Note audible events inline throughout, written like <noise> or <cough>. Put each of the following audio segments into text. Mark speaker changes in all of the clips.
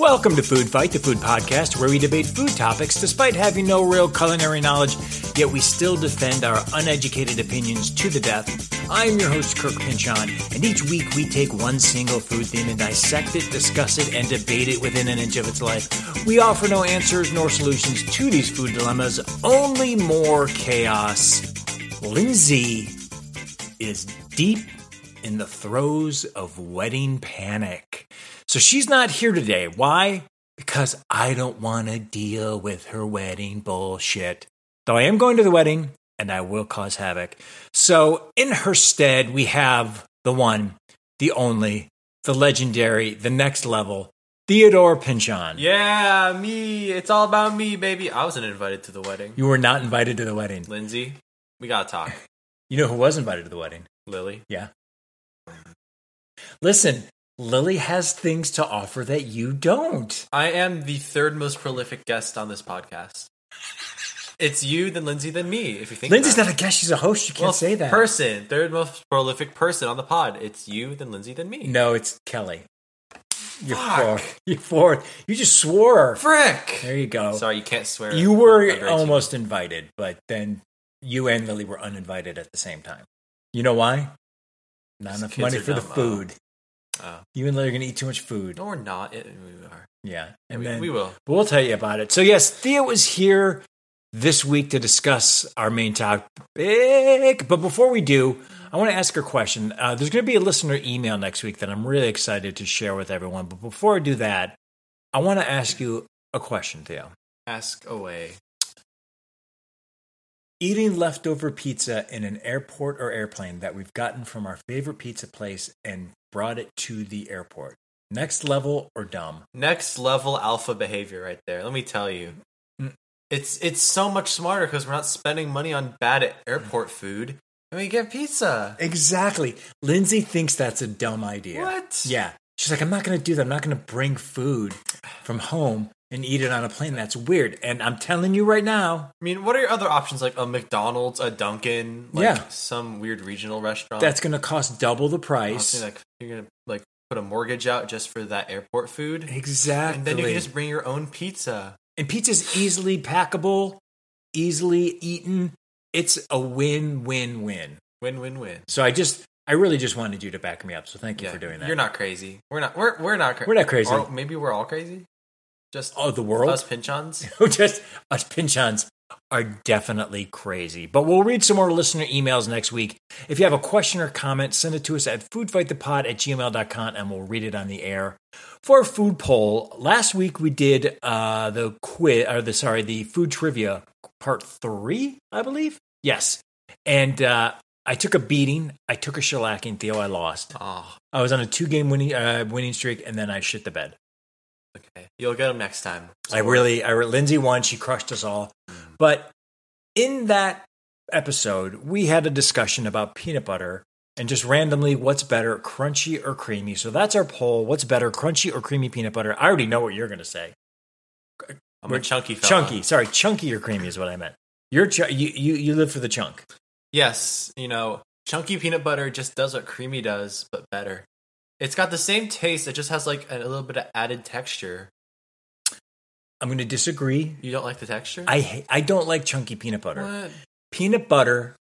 Speaker 1: Welcome to Food Fight, the food podcast where we debate food topics despite having no real culinary knowledge, yet we still defend our uneducated opinions to the death. I'm your host, Kirk Pinchon, and each week we take one single food theme and dissect it, discuss it, and debate it within an inch of its life. We offer no answers nor solutions to these food dilemmas, only more chaos. Lindsay is deep in the throes of wedding panic. So she's not here today. Why? Because I don't want to deal with her wedding bullshit. Though I am going to the wedding and I will cause havoc. So in her stead, we have the one, the only, the legendary, the next level, Theodore Pinchon.
Speaker 2: Yeah, me. It's all about me, baby. I wasn't invited to the wedding.
Speaker 1: You were not invited to the wedding.
Speaker 2: Lindsay, we gotta
Speaker 1: <laughs>
Speaker 2: talk.
Speaker 1: You know who was invited to the wedding?
Speaker 2: Lily.
Speaker 1: Yeah. Listen, Lily has things to offer that you don't.
Speaker 2: I am the third most prolific guest on this podcast. It's you, then Lindsay, then me. If you think
Speaker 1: Lindsay's
Speaker 2: about
Speaker 1: not a guest, she's a host. You
Speaker 2: it.
Speaker 1: can't
Speaker 2: Well,
Speaker 1: say that.
Speaker 2: person, third most prolific person on the pod. It's you, then Lindsay, then me.
Speaker 1: no, it's Kelly. You're
Speaker 2: Fuck.
Speaker 1: fourth. You're fourth. You just swore.
Speaker 2: frick.
Speaker 1: There you go.
Speaker 2: Sorry, you can't swear.
Speaker 1: You
Speaker 2: Under
Speaker 1: were um,
Speaker 2: 18.
Speaker 1: almost invited, but then you and Lily were uninvited at the same time. You know why? Not
Speaker 2: These
Speaker 1: enough
Speaker 2: kids
Speaker 1: money
Speaker 2: are
Speaker 1: for the
Speaker 2: dumb. Oh.
Speaker 1: food.
Speaker 2: Oh.
Speaker 1: You and Lily are going to eat too much food.
Speaker 2: No, we're not. It, we are.
Speaker 1: Yeah. And
Speaker 2: we,
Speaker 1: then
Speaker 2: we will.
Speaker 1: But we'll tell you about it. So, yes, Theo is here this week to discuss our main topic. But before we do, I want to ask her a question. Uh, there's going to be a listener email next week that I'm really excited to share with everyone. But before I do that, I want to ask you a question, Theo.
Speaker 2: Ask away.
Speaker 1: Eating leftover pizza in an airport or airplane that we've gotten from our favorite pizza place and brought it to the airport. Next level or dumb?
Speaker 2: Next level alpha behavior right there. Let me tell you.
Speaker 1: Mm.
Speaker 2: It's it's so much smarter because we're not spending money on bad airport food and we get pizza.
Speaker 1: Exactly. Lindsay thinks that's a dumb idea.
Speaker 2: What?
Speaker 1: Yeah. She's like, I'm not going to do that. I'm not going to bring food from home and eat it on a plane. That's weird. And I'm telling you right now,
Speaker 2: I mean, what are your other options like a McDonald's, a Dunkin', like
Speaker 1: Yeah.
Speaker 2: some weird regional restaurant?
Speaker 1: that's going to cost double the
Speaker 2: Honestly,
Speaker 1: price.
Speaker 2: Oh. like you're gonna like put a mortgage out just for that airport food.
Speaker 1: Exactly.
Speaker 2: And then you can just bring your own pizza.
Speaker 1: and pizza's easily packable, easily eaten. It's a win, win, win.
Speaker 2: Win win win.
Speaker 1: So I just, I really just wanted you to back me up. So thank you
Speaker 2: Yeah,
Speaker 1: for doing that.
Speaker 2: You're not crazy. We're not we're we're not crazy.
Speaker 1: We're not crazy.
Speaker 2: Or maybe we're all crazy. Just
Speaker 1: Oh, the world?
Speaker 2: us pinchons.
Speaker 1: <laughs> just us pinchons are definitely crazy. But we'll read some more listener emails next week. If you have a question or comment, send it to us at foodfightthepod at gmail.com and we'll read it on the air. For our food poll, last week we did uh, the quiz, or the sorry, the food trivia part three, I believe. Yes. And uh, I took a beating. I took a shellacking. Theo, I lost.
Speaker 2: Oh,
Speaker 1: I was on a two game winning, uh, winning streak and then I shit the bed.
Speaker 2: okay. You'll get them next time.
Speaker 1: I really, I re- Lindsay won. She crushed us all. But in that episode, we had a discussion about peanut butter and just randomly what's better, crunchy or creamy. So that's our poll. What's better, crunchy or creamy peanut butter? I already know what you're going to say.
Speaker 2: I'm a chunky fella.
Speaker 1: Chunky, sorry, chunky or creamy is what I meant. You're ch- you, you you live for the chunk.
Speaker 2: Yes, you know, chunky peanut butter just does what creamy does, but better. It's got the same taste. It just has like a little bit of added texture.
Speaker 1: I'm going to disagree.
Speaker 2: You don't like the texture?
Speaker 1: I ha- I don't like chunky peanut butter.
Speaker 2: What?
Speaker 1: Peanut butter,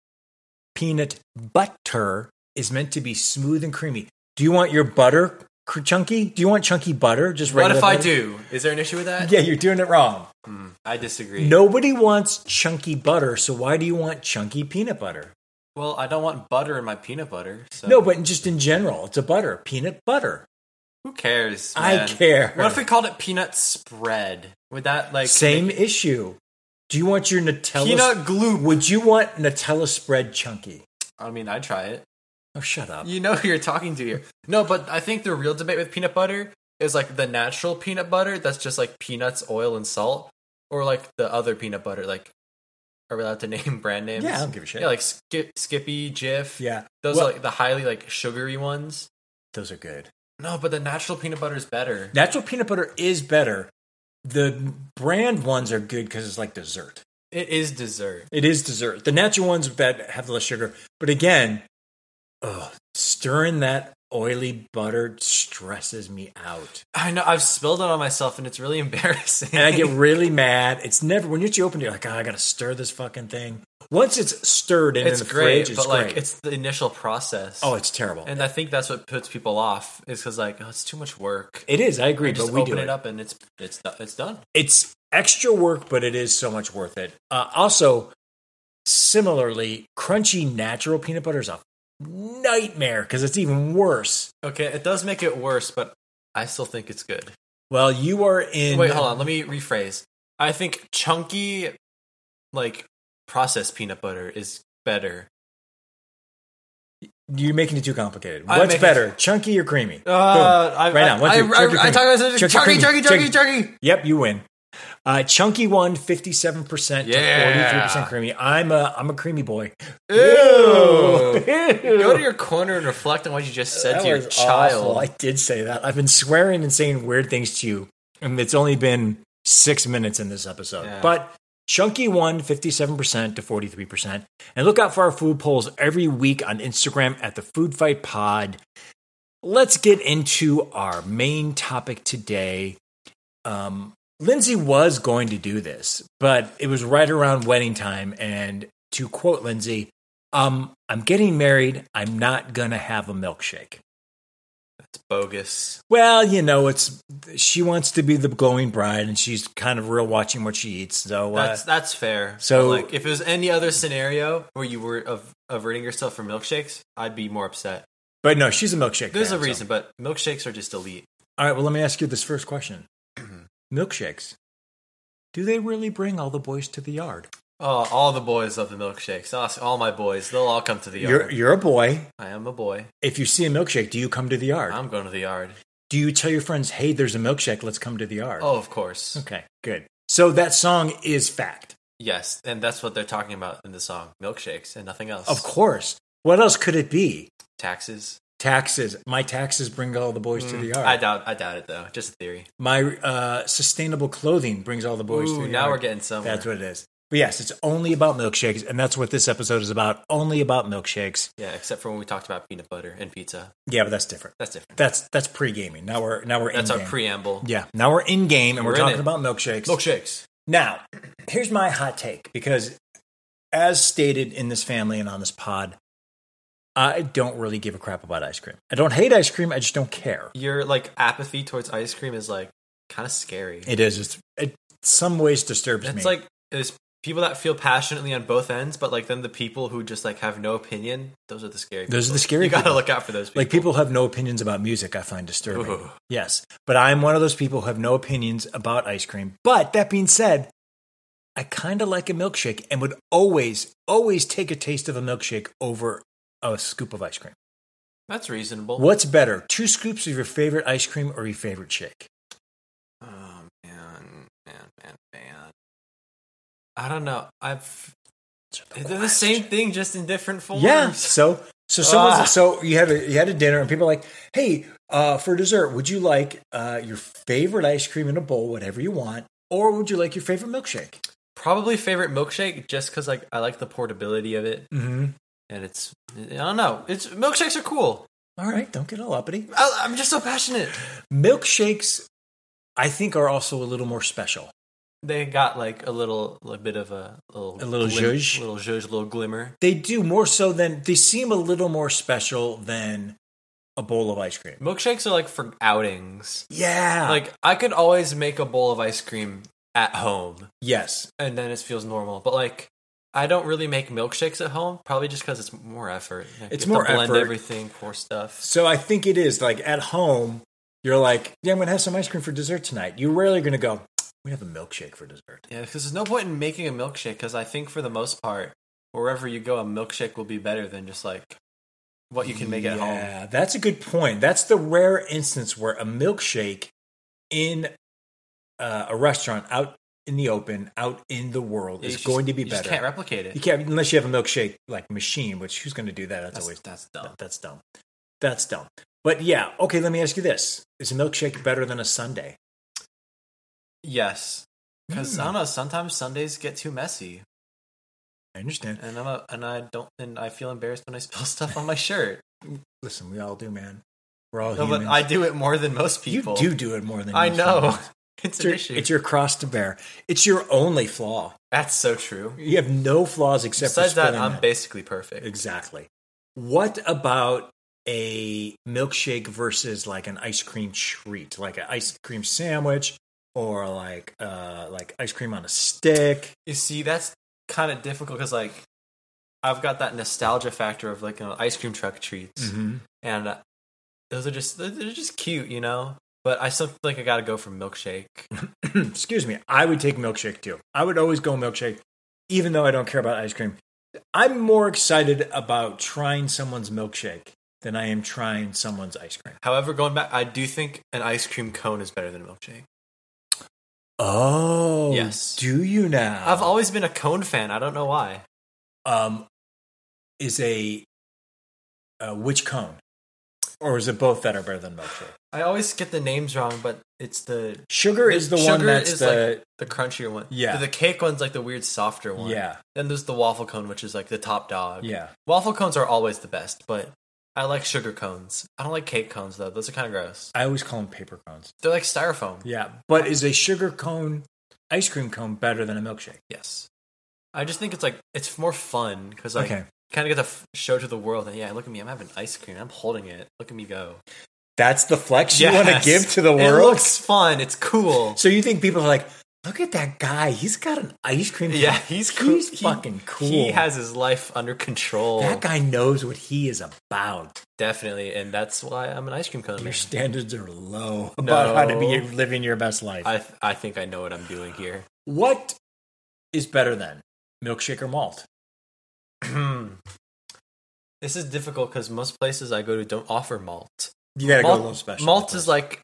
Speaker 1: peanut butter is meant to be smooth and creamy. Do you want your butter cr- chunky? Do you want chunky butter? Just
Speaker 2: What
Speaker 1: regular
Speaker 2: if I
Speaker 1: butter?
Speaker 2: do? Is there an issue with
Speaker 1: <laughs>
Speaker 2: that?
Speaker 1: Yeah, you're doing it wrong.
Speaker 2: Hmm, I disagree.
Speaker 1: Nobody wants chunky butter, so why do you want chunky peanut butter?
Speaker 2: Well, I don't want butter in my peanut butter. So
Speaker 1: No, but just in general, it's a butter, peanut butter.
Speaker 2: who cares?
Speaker 1: I
Speaker 2: man?
Speaker 1: care.
Speaker 2: What if we called it peanut spread? Would that like
Speaker 1: Same
Speaker 2: make-
Speaker 1: issue. Do you want your Nutella?
Speaker 2: peanut glue?
Speaker 1: Would you want Nutella spread chunky?
Speaker 2: I mean, I'd try it.
Speaker 1: Oh, shut up.
Speaker 2: You know who you're talking to here. No, but I think the real debate with peanut butter is like the natural peanut butter that's just like peanuts, oil, and salt, or like the other peanut butter. Like, are we allowed to <laughs> name brand names?
Speaker 1: Yeah, I don't give a shit.
Speaker 2: Yeah, like Skip, Skippy, Jif.
Speaker 1: yeah,
Speaker 2: those
Speaker 1: Well-
Speaker 2: are like the highly like sugary ones.
Speaker 1: those are good.
Speaker 2: No, but the natural peanut butter is better.
Speaker 1: Natural peanut butter is better. The brand ones are good because it's like dessert.
Speaker 2: It is dessert.
Speaker 1: It is dessert. The natural ones that have less sugar. But again, Oh, stirring that oily butter stresses me out.
Speaker 2: I know I've spilled it on myself, and it's really <laughs> embarrassing.
Speaker 1: And I
Speaker 2: <laughs>
Speaker 1: get really mad. It's never when you open it, you're like, oh, I gotta stir this fucking thing. Once it's stirred and
Speaker 2: it's
Speaker 1: in the
Speaker 2: great,
Speaker 1: fridge, it's
Speaker 2: but like
Speaker 1: great.
Speaker 2: it's the initial process.
Speaker 1: oh, it's terrible.
Speaker 2: and I think that's what puts people off is because like oh, it's too much work.
Speaker 1: it is. I agree,
Speaker 2: just
Speaker 1: but we
Speaker 2: open
Speaker 1: do
Speaker 2: it up, and it's it's do- it's done.
Speaker 1: It's extra work, but it is so much worth it. Uh, also, similarly, crunchy natural peanut butter is a nightmare because it's even worse.
Speaker 2: Okay, it does make it worse, but I still think it's good.
Speaker 1: Well, you are in.
Speaker 2: Wait, hold on. Let me rephrase. I think chunky, like processed peanut butter is better.
Speaker 1: You're making it too complicated.
Speaker 2: I'm
Speaker 1: What's
Speaker 2: making-
Speaker 1: better, chunky or creamy?
Speaker 2: Uh,
Speaker 1: Boom.
Speaker 2: I,
Speaker 1: right
Speaker 2: I,
Speaker 1: now, what's
Speaker 2: I,
Speaker 1: your-
Speaker 2: I,
Speaker 1: check your
Speaker 2: I, talk about
Speaker 1: Check
Speaker 2: this-
Speaker 1: your
Speaker 2: chunky, chunky,
Speaker 1: creamy.
Speaker 2: chunky,
Speaker 1: Check-
Speaker 2: chunky.
Speaker 1: Yep, you win. Uh, chunky won 57%
Speaker 2: Yeah.
Speaker 1: to 43% creamy. I'm a I'm a creamy boy. <laughs>
Speaker 2: Ew. Go to your corner and reflect on what you just said
Speaker 1: That
Speaker 2: to your
Speaker 1: was
Speaker 2: child.
Speaker 1: awful. I did say that. I've been swearing and saying weird things to you, and it's only been six minutes in this episode.
Speaker 2: Yeah.
Speaker 1: But Chunky won 57% to 43%. And look out for our food polls every week on Instagram at the Food Fight Pod. Let's get into our main topic today. Um, Lindsay was going to do this, but it was right around wedding time. And to quote Lindsay, um, I'm getting married. I'm not going to have a milkshake.
Speaker 2: It's bogus.
Speaker 1: Well, you know, it's she wants to be the glowing bride, and she's kind of real watching what she eats. So, uh,
Speaker 2: That's that's fair.
Speaker 1: so-
Speaker 2: So, like, if it was any other scenario where you were av- averting yourself from milkshakes, I'd be more upset.
Speaker 1: but no, she's a milkshake.
Speaker 2: There's
Speaker 1: fan,
Speaker 2: a
Speaker 1: so-
Speaker 2: reason, but milkshakes are just elite.
Speaker 1: All right. Well, let me ask you this first question:
Speaker 2: Mm-hmm.
Speaker 1: Milkshakes, do they really bring all the boys to the yard?
Speaker 2: Oh, all the boys love the milkshakes. Us- All my boys, they'll all come to the yard.
Speaker 1: You're you're a boy.
Speaker 2: I am a boy.
Speaker 1: If you see a milkshake, do you come to the yard?
Speaker 2: I'm going to the yard.
Speaker 1: do you tell your friends, "Hey, there's a milkshake. Let's come to the yard"?
Speaker 2: Oh, of course.
Speaker 1: okay, good. So that song is fact,
Speaker 2: Yes, and that's what they're talking about in the song milkshakes and nothing else.
Speaker 1: of course. What else could it be?
Speaker 2: Taxes.
Speaker 1: Taxes. My taxes bring all the boys to the yard.
Speaker 2: Mm, I doubt I doubt it though. Just a theory.
Speaker 1: My uh, sustainable clothing brings all the boys to
Speaker 2: Ooh,
Speaker 1: the
Speaker 2: now
Speaker 1: yard.
Speaker 2: we're getting somewhere.
Speaker 1: That's what it is. But yes, it's only about milkshakes, and that's what this episode is about. Only about milkshakes.
Speaker 2: yeah, except for when we talked about peanut butter and pizza.
Speaker 1: Yeah, but that's different.
Speaker 2: That's different.
Speaker 1: That's that's pre gaming. Now we're now we're
Speaker 2: That's
Speaker 1: in
Speaker 2: our
Speaker 1: game.
Speaker 2: preamble.
Speaker 1: Mm, Yeah, now we're in game, and we're,
Speaker 2: We're
Speaker 1: talking
Speaker 2: in it.
Speaker 1: about milkshakes.
Speaker 2: Milkshakes.
Speaker 1: Now, here's my hot take because, as stated in this family and on this pod, I don't really give a crap about ice cream. I don't hate ice cream. I just don't care.
Speaker 2: Your like apathy towards ice cream is like kind of scary.
Speaker 1: It is. It's, it some ways disturbs me.
Speaker 2: It's like there's people that feel passionately on both ends, but like then the people who just like have no opinion, those are the scary.
Speaker 1: Those are
Speaker 2: people.
Speaker 1: the scary
Speaker 2: You gotta
Speaker 1: people.
Speaker 2: look out for those. people.
Speaker 1: Like people have no opinions about music, I find disturbing.
Speaker 2: Ooh.
Speaker 1: Yes, but I'm one of those people who have no opinions about ice cream. But that being said, I kind of like a milkshake and would always, always take a taste of a milkshake over a scoop of ice cream.
Speaker 2: That's reasonable.
Speaker 1: What's better, two scoops of your favorite ice cream or your favorite shake?
Speaker 2: Oh man, man, man, man. I don't know. I've they're the same thing, just in different forms.
Speaker 1: Yeah. So, so someone's
Speaker 2: Ah.
Speaker 1: so you had a you had a dinner and people are like, hey, uh, for dessert, would you like uh, your favorite ice cream in a bowl, whatever you want, or would you like your favorite milkshake?
Speaker 2: Probably favorite milkshake, just because like I like the portability of it,
Speaker 1: Mm-hmm.
Speaker 2: and it's I don't know. It's milkshakes are cool.
Speaker 1: All right, don't get all uppity.
Speaker 2: I, I'm just so passionate.
Speaker 1: Milkshakes, I think, are also a little more special.
Speaker 2: They got like a little, a bit of a little,
Speaker 1: A little zhuzh?
Speaker 2: little zhuzh, a little glimmer.
Speaker 1: They do more so than they seem a little more special than a bowl of ice cream.
Speaker 2: Milkshakes are like for outings.
Speaker 1: Yeah,
Speaker 2: Like I could always make a bowl of ice cream at home,
Speaker 1: yes,
Speaker 2: and then it feels normal. But like, I don't really make milkshakes at home, probably just because it's more effort. Like,
Speaker 1: It's
Speaker 2: you have to
Speaker 1: more
Speaker 2: blend
Speaker 1: effort.
Speaker 2: everything, pour stuff.
Speaker 1: So I think it is like at home, you're like, yeah, I'm gonna have some ice cream for dessert tonight. You're rarely gonna go, we have a milkshake for dessert.
Speaker 2: Yeah, because there's no point in making a milkshake. Because I think for the most part, wherever you go, a milkshake will be better than just like what you can make at home.
Speaker 1: Yeah, that's a good point. That's the rare instance where a milkshake in uh, a restaurant out in the open, out in the world,
Speaker 2: You
Speaker 1: is
Speaker 2: just-
Speaker 1: going to be
Speaker 2: you
Speaker 1: better.
Speaker 2: Just can't replicate it.
Speaker 1: You can't unless you have a milkshake like machine, which who's going to do that? That's,
Speaker 2: That's,
Speaker 1: always
Speaker 2: that's dumb.
Speaker 1: that's dumb. That's dumb. But yeah, okay. Let me ask you this: Is a milkshake better than a Sunday?
Speaker 2: Yes, because
Speaker 1: Hmm.
Speaker 2: I don't know. Sometimes Sundays get too messy,
Speaker 1: I understand.
Speaker 2: and I'm a, and I don't and I feel embarrassed when I spill <laughs> stuff on my shirt.
Speaker 1: Listen, we all do, man. We're all
Speaker 2: No,
Speaker 1: humans.
Speaker 2: but I do it more than most
Speaker 1: you
Speaker 2: people.
Speaker 1: do do it more than
Speaker 2: I
Speaker 1: most
Speaker 2: know.
Speaker 1: humans.
Speaker 2: <laughs> It's
Speaker 1: It's
Speaker 2: an
Speaker 1: your,
Speaker 2: issue.
Speaker 1: it's your cross to bear. It's your only flaw.
Speaker 2: That's so true.
Speaker 1: You have no flaws except
Speaker 2: Besides
Speaker 1: for
Speaker 2: that,
Speaker 1: spilling
Speaker 2: I'm
Speaker 1: it.
Speaker 2: basically perfect.
Speaker 1: Exactly. What about a milkshake versus like an ice cream treat, like an ice cream sandwich, or like uh like ice cream on a stick?
Speaker 2: You see, that's kind of difficult because like I've got that nostalgia factor of like you know, ice cream truck treats,
Speaker 1: Mm-hmm.
Speaker 2: and uh, those are just they're they're just cute, you know. But I still feel like I gotta go for milkshake.
Speaker 1: <clears throat> <laughs> Excuse me. I would take milkshake too. I would always go milkshake, even though I don't care about ice cream. I'm more excited about trying someone's milkshake than I am trying someone's ice cream.
Speaker 2: However, going back, I do think an ice cream cone is better than a milkshake.
Speaker 1: Oh,
Speaker 2: Yes.
Speaker 1: Do you now?
Speaker 2: I've always been a cone fan. I don't know why.
Speaker 1: um, is a uh, which cone, or is it both that are better than milkshake?
Speaker 2: I always get the names wrong, but it's the
Speaker 1: Sugar is the one
Speaker 2: Sugar
Speaker 1: that's
Speaker 2: is
Speaker 1: the
Speaker 2: the crunchier one.
Speaker 1: Yeah.
Speaker 2: the cake one's like the weird softer one.
Speaker 1: yeah
Speaker 2: Then there's the waffle cone, which is like the top dog.
Speaker 1: yeah.
Speaker 2: Waffle cones are always the best, but I like sugar cones. I don't like cake cones though; those are kind of gross.
Speaker 1: I always call them paper cones.
Speaker 2: They're like styrofoam.
Speaker 1: Yeah, but is a sugar cone ice cream cone better than a milkshake?
Speaker 2: Yes, I just think it's like it's more fun because like
Speaker 1: okay,
Speaker 2: kind of get to f- show to the world that yeah, look at me, I'm having ice cream, I'm holding it. Look at me go.
Speaker 1: that's the flex you want
Speaker 2: Yes.
Speaker 1: to give to the
Speaker 2: It
Speaker 1: world.
Speaker 2: looks fun. It's cool.
Speaker 1: so you think people are like, look at that guy? He's got an ice cream. cone.
Speaker 2: Yeah, <laughs> he's cool.
Speaker 1: He's fucking cool.
Speaker 2: He has his life under control.
Speaker 1: that guy knows what he is about.
Speaker 2: Definitely, and that's why I'm an ice cream cone.
Speaker 1: Your
Speaker 2: Man.
Speaker 1: standards are low about how to be living your best life.
Speaker 2: I I think I know what I'm doing here. <clears throat>
Speaker 1: what is better than milkshake or malt?
Speaker 2: this is difficult because most places I go to don't offer malt.
Speaker 1: You gotta
Speaker 2: malt, malt is like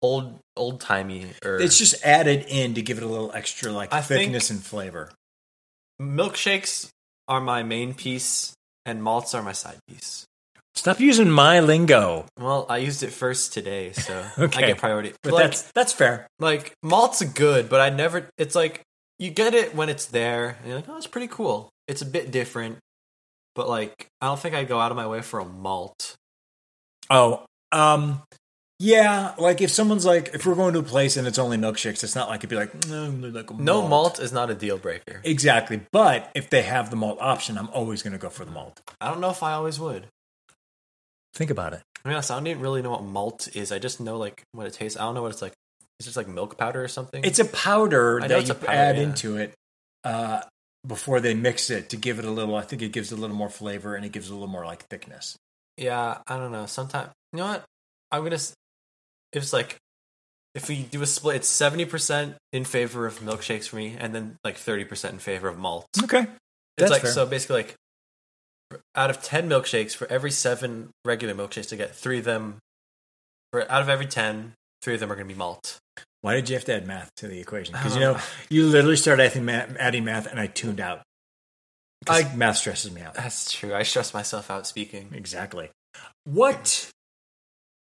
Speaker 2: old old timey or
Speaker 1: It's just added in to give it a little extra like
Speaker 2: I think-
Speaker 1: thickness and flavor.
Speaker 2: milkshakes are my main piece and malts are my side piece.
Speaker 1: Stop using my lingo.
Speaker 2: Well, I used it first today, so
Speaker 1: Okay.
Speaker 2: I get priority.
Speaker 1: But
Speaker 2: like,
Speaker 1: that's that's fair.
Speaker 2: like malt's good, but I never it's like you get it when it's there and you're like, oh it's pretty cool. It's a bit different. But like I don't think I'd go out of my way for a malt.
Speaker 1: Oh, um yeah, like if someone's like if we're going to a place and it's only milkshakes, it's not like it'd be like no, no, like a
Speaker 2: No malt is not a deal breaker.
Speaker 1: Exactly. But if they have the malt option, I'm always gonna go for the malt.
Speaker 2: I don't know if I always would.
Speaker 1: Think about it.
Speaker 2: I mean, honest, I don't even really know what malt is. I just know like what it tastes. I don't know what it's like. It's just like milk powder or something.
Speaker 1: It's a powder
Speaker 2: I know
Speaker 1: that
Speaker 2: it's
Speaker 1: you
Speaker 2: a powder,
Speaker 1: add
Speaker 2: yeah.
Speaker 1: into it uh, before they mix it to give it a little. I think it gives a little more flavor and it gives a little more like thickness.
Speaker 2: yeah. I don't know. Sometimes you know what? I'm gonna. s- If it's like, if we do a split, it's seventy percent in favor of milkshakes for me, and then like thirty percent in favor of malt. It's
Speaker 1: Okay, that's
Speaker 2: like
Speaker 1: fair.
Speaker 2: so basically like, out of ten milkshakes, for every seven regular milkshakes, to get three of them. For out of every ten, three of them are gonna be malt.
Speaker 1: Why did you have to add math to the equation? Because you
Speaker 2: I don't
Speaker 1: know you literally started adding math, adding math, and I tuned out. 'Cause
Speaker 2: I-
Speaker 1: math stresses me out.
Speaker 2: That's true. I stress myself out speaking.
Speaker 1: Exactly. What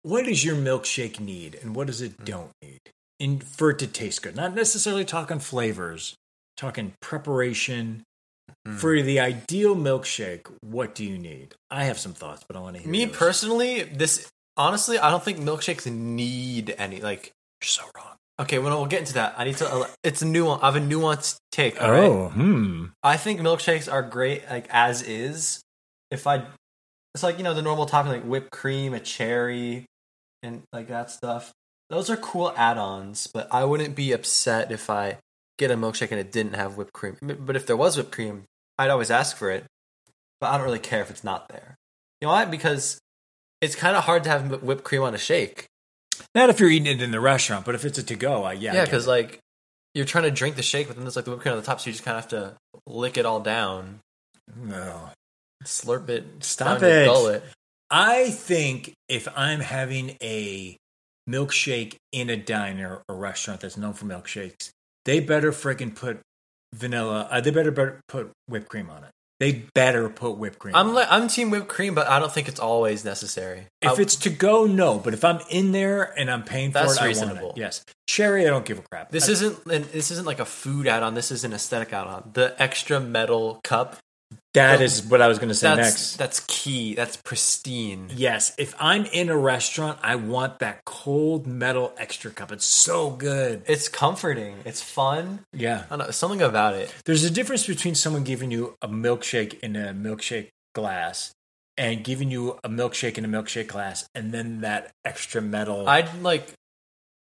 Speaker 1: What does your milkshake need, and what does it don't need, in for it to taste good? Not necessarily talking flavors, talking preparation. For the ideal milkshake, what do you need? I have some thoughts, but I want to hear
Speaker 2: Me
Speaker 1: yours.
Speaker 2: personally, this honestly, I don't think milkshakes need any. Like,
Speaker 1: You're so wrong.
Speaker 2: okay, when we'll get into that, I need to. uh, It's a nuance. I have a nuanced take. All right,
Speaker 1: Oh, hmm.
Speaker 2: I think milkshakes are great, like as is. If I, it's like you know the normal topping, like whipped cream, a cherry, and like that stuff. Those are cool add-ons, but I wouldn't be upset if I get a milkshake and it didn't have whipped cream. M- But if there was whipped cream, I'd always ask for it. But I don't really care if it's not there. You know why? Because it's kind of hard to have m- whipped cream on a shake.
Speaker 1: Not if you're eating it in the restaurant, but if it's a to go, I yeah. I
Speaker 2: Yeah,
Speaker 1: get
Speaker 2: because
Speaker 1: it.
Speaker 2: like you're trying to drink the shake, but then there's like the whipped cream on the top, so you just kind of have to lick it all down,
Speaker 1: No.
Speaker 2: slurp it,
Speaker 1: Stop
Speaker 2: down your
Speaker 1: it.
Speaker 2: gullet.
Speaker 1: I think if I'm having a milkshake in a diner or restaurant that's known for milkshakes, they better freaking put vanilla. Uh, they better, better put whipped cream on it. They better put whipped cream.
Speaker 2: I'm
Speaker 1: on
Speaker 2: like I'm team whipped cream, but I don't think it's always necessary.
Speaker 1: it. if
Speaker 2: I-
Speaker 1: it's to go, no. But if I'm in there and I'm paying for
Speaker 2: That's
Speaker 1: it, I
Speaker 2: reasonable.
Speaker 1: want it. Yes, cherry. I don't give a crap.
Speaker 2: this
Speaker 1: I-
Speaker 2: isn't an, this isn't like a food add on. This is an aesthetic add on. The extra metal cup
Speaker 1: That is what I was going to say
Speaker 2: That's
Speaker 1: next.
Speaker 2: that's key. That's pristine.
Speaker 1: Yes, if I'm in a restaurant, I want that cold metal extra cup. It's so good.
Speaker 2: It's comforting. It's fun.
Speaker 1: Yeah.
Speaker 2: I don't know something about it.
Speaker 1: There's a difference between someone giving you a milkshake in a milkshake glass and giving you a milkshake in a milkshake glass and then that extra metal.
Speaker 2: I'd like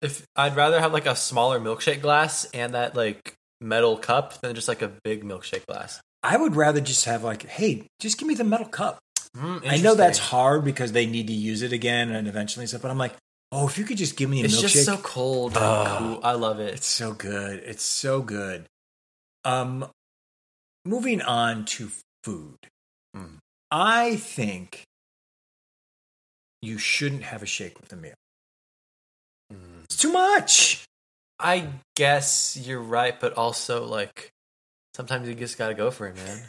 Speaker 2: if I'd rather have like a smaller milkshake glass and that like metal cup than just like a big milkshake glass.
Speaker 1: I would rather just have like, hey, just give me the metal cup.
Speaker 2: Mm,
Speaker 1: I know that's
Speaker 2: interesting.
Speaker 1: hard because they need to use it again and eventually and stuff, but I'm like, oh, if you could just give me a
Speaker 2: It's
Speaker 1: milkshake.
Speaker 2: just so cold. and
Speaker 1: Ah.
Speaker 2: cool. I love
Speaker 1: It's
Speaker 2: it.
Speaker 1: so good. It's so good. Um, moving on to food.
Speaker 2: Mm.
Speaker 1: I think you shouldn't have a shake with a meal.
Speaker 2: Mm.
Speaker 1: It's too much.
Speaker 2: I guess you're right, but also like sometimes you just gotta go for it,
Speaker 1: <laughs>
Speaker 2: man.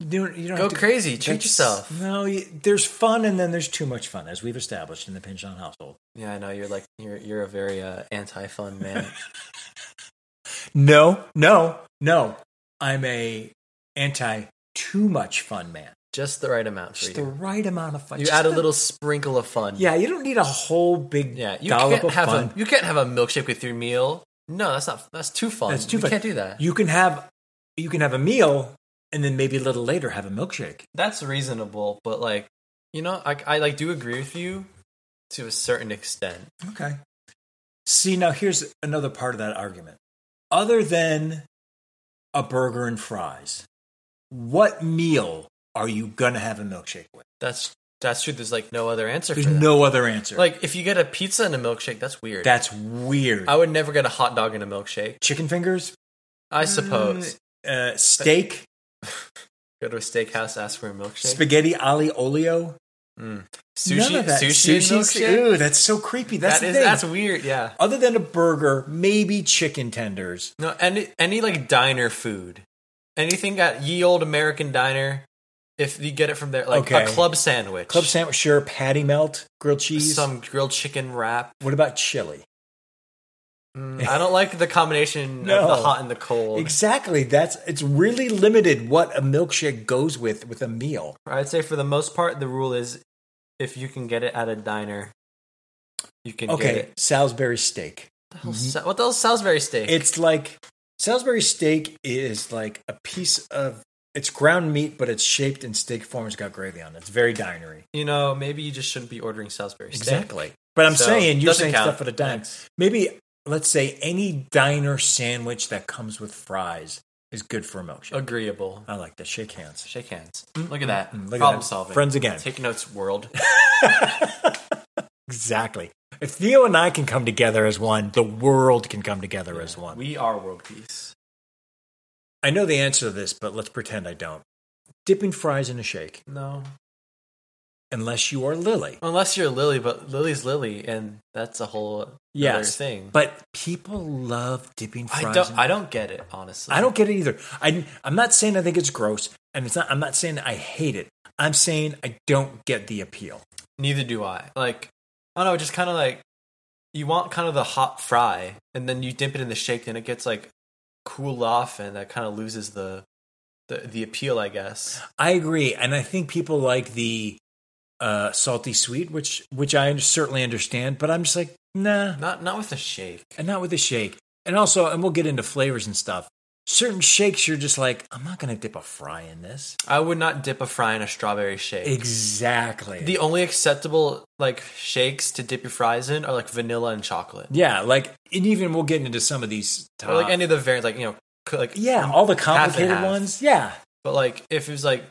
Speaker 1: You don't. You don't
Speaker 2: Go
Speaker 1: have to-
Speaker 2: crazy, treat
Speaker 1: that's-
Speaker 2: yourself.
Speaker 1: No, you, there's fun, and then there's too much fun, as we've established in the Pinch on household.
Speaker 2: Yeah, I know you're like you're you're a very uh, anti-fun
Speaker 1: <laughs>
Speaker 2: man.
Speaker 1: No, no, no. I'm a anti too much fun man.
Speaker 2: just the right amount for
Speaker 1: Just the
Speaker 2: you.
Speaker 1: right amount of fun.
Speaker 2: You
Speaker 1: Just
Speaker 2: add a
Speaker 1: the-
Speaker 2: little sprinkle of fun.
Speaker 1: Yeah, you don't need a whole big
Speaker 2: yeah. You
Speaker 1: dollop
Speaker 2: can't
Speaker 1: of
Speaker 2: have
Speaker 1: fun.
Speaker 2: a you can't have a milkshake with your meal. No, that's not that's too fun.
Speaker 1: That's too
Speaker 2: you
Speaker 1: fun.
Speaker 2: can't do that.
Speaker 1: you can have you can have a meal and then maybe a little later have a milkshake.
Speaker 2: that's reasonable, but like you know, I I like do agree with you to a certain extent.
Speaker 1: Okay. See, now here's another part of that argument. Other than a burger and fries, what meal are you gonna have a milkshake with?
Speaker 2: That's that's true. There's like no other answer
Speaker 1: There's
Speaker 2: for that.
Speaker 1: no other answer.
Speaker 2: like if you get a pizza and a milkshake, that's weird.
Speaker 1: that's weird.
Speaker 2: I would never get a hot dog and a milkshake.
Speaker 1: Chicken fingers, Mm.
Speaker 2: I suppose.
Speaker 1: uh, steak,
Speaker 2: Go to a steakhouse, ask for a milkshake.
Speaker 1: spaghetti ali olio,
Speaker 2: Mm.
Speaker 1: None
Speaker 2: Sushi,
Speaker 1: of that.
Speaker 2: sushi, and
Speaker 1: Sushi's-
Speaker 2: milkshake.
Speaker 1: Ooh, that's so creepy. That's
Speaker 2: That's
Speaker 1: the thing.
Speaker 2: that's weird. Yeah.
Speaker 1: Other than a burger, maybe chicken tenders.
Speaker 2: No, any any like diner food, anything at ye old American diner. If you get it from there, like
Speaker 1: Okay.
Speaker 2: a club sandwich,
Speaker 1: Club sandwich, sure. Patty melt, grilled cheese.
Speaker 2: some grilled chicken
Speaker 1: <laughs>
Speaker 2: wrap.
Speaker 1: What about chili?
Speaker 2: Mm, I don't like the combination
Speaker 1: No.
Speaker 2: of the hot and the cold.
Speaker 1: Exactly. That's it's really limited what a milkshake goes with with a meal.
Speaker 2: I'd say for the most part, the rule is if you can get it at a diner, you can get
Speaker 1: Okay, Mm-hmm.
Speaker 2: it.
Speaker 1: Salisbury steak.
Speaker 2: The hell's Sa- what the hell's Salisbury steak?
Speaker 1: It's like Salisbury steak is like a piece of it's ground meat, but it's shaped in steak form. It's got gravy on it. It's very dinery.
Speaker 2: you know, maybe you just shouldn't be ordering Salisbury steak.
Speaker 1: But I'm
Speaker 2: So,
Speaker 1: saying you're
Speaker 2: doesn't
Speaker 1: saying
Speaker 2: count.
Speaker 1: stuff at a dime.
Speaker 2: Thanks.
Speaker 1: Maybe let's say any diner sandwich that comes with fries is good for a milkshake.
Speaker 2: Agreeable.
Speaker 1: I like that. Shake hands.
Speaker 2: Shake hands. Look at that.
Speaker 1: Mm, look at
Speaker 2: Problem
Speaker 1: that.
Speaker 2: solving.
Speaker 1: Friends again.
Speaker 2: Take notes,
Speaker 1: <laughs>
Speaker 2: world.
Speaker 1: exactly. If Theo and I can come together as one, the world can come together as one.
Speaker 2: We are world peace.
Speaker 1: I know the answer to this, but let's pretend I don't. Dipping fries in a shake,
Speaker 2: No.
Speaker 1: unless you are Lily.
Speaker 2: Unless you're Lily, but Lily's Lily, and that's a whole other
Speaker 1: Yes,
Speaker 2: thing.
Speaker 1: But people love dipping fries.
Speaker 2: I
Speaker 1: in-
Speaker 2: don't. I don't get it honestly.
Speaker 1: I don't get it either. I, I'm not saying I think it's gross, and it's not. I'm not saying I hate it. I'm saying I don't get the appeal.
Speaker 2: Neither do I. Like I don't know. Just kind of like you want kind of the hot fry, and then you dip it in the shake, and it gets like cool off, and that kind of loses the the the appeal, I guess.
Speaker 1: I agree, and I think people like the uh, salty sweet, which which I certainly understand. But I'm just like, nah,
Speaker 2: Not not with the shake.
Speaker 1: and not with a shake. And also, and we'll get into flavors and stuff. Certain shakes, you're just like, I'm not going to dip a fry in this.
Speaker 2: I would not dip a fry in a strawberry shake.
Speaker 1: Exactly.
Speaker 2: the only acceptable like shakes to dip your fries in are like vanilla and chocolate,
Speaker 1: yeah, like, and even we'll get into some of these. Top,
Speaker 2: or like any um, of the variants, like you know, c- like
Speaker 1: yeah, all the complicated
Speaker 2: half.
Speaker 1: ones. Yeah,
Speaker 2: But like if it was like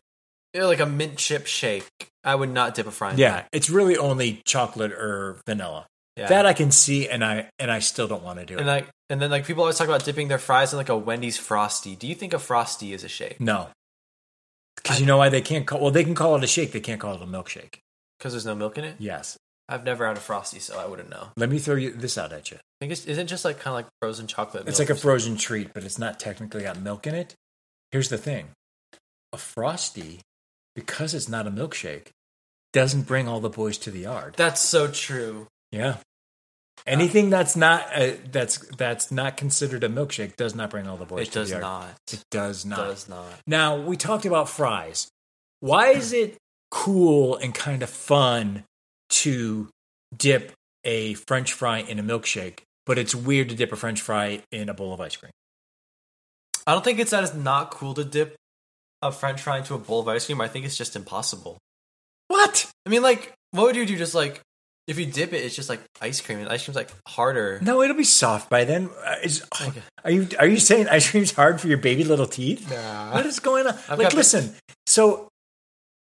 Speaker 2: you know, like a mint chip shake, I would not dip a fry in
Speaker 1: yeah. It's really only chocolate or vanilla.
Speaker 2: that. Yeah.
Speaker 1: That I can see, and I and I still don't want to do it.
Speaker 2: and like and then like people always talk about dipping their fries in like a Wendy's frosty. Do you think a frosty is a shake?
Speaker 1: no, because you know why they can't call. Well, they can call it a shake. They can't call it a milkshake.
Speaker 2: Because there's no milk in it.
Speaker 1: Yes.
Speaker 2: I've never had a frosty, so I wouldn't know. I
Speaker 1: Let me throw you this out at you.
Speaker 2: think it's isn't it just like kind of like frozen chocolate.
Speaker 1: It's
Speaker 2: milk
Speaker 1: like a
Speaker 2: or something?
Speaker 1: frozen treat, but it's not technically got milk in it. Here's the thing a Frosty, because it's not a milkshake, doesn't bring all the boys to the yard.
Speaker 2: That's so true.
Speaker 1: Yeah. Anything that's not uh, that's that's not considered a milkshake does not bring all the boys
Speaker 2: It
Speaker 1: to
Speaker 2: does
Speaker 1: the yard.
Speaker 2: not.
Speaker 1: It does not.
Speaker 2: Does not.
Speaker 1: Now, we talked about fries. Why is it cool and kind of fun to dip a french fry in a milkshake, but it's weird to dip a french fry in a bowl of ice cream?
Speaker 2: I don't think it's that it's not cool to dip a French fry into a bowl of ice cream. I think it's just impossible.
Speaker 1: What?
Speaker 2: I mean, like, what would you do? Just like, if you dip it, it's just like ice cream, and ice cream's like harder.
Speaker 1: No, it'll be soft by then. Uh, Is,
Speaker 2: Okay.
Speaker 1: are you are you saying ice cream's hard for your baby little teeth? What is going on?
Speaker 2: I've
Speaker 1: like,
Speaker 2: got-
Speaker 1: listen. So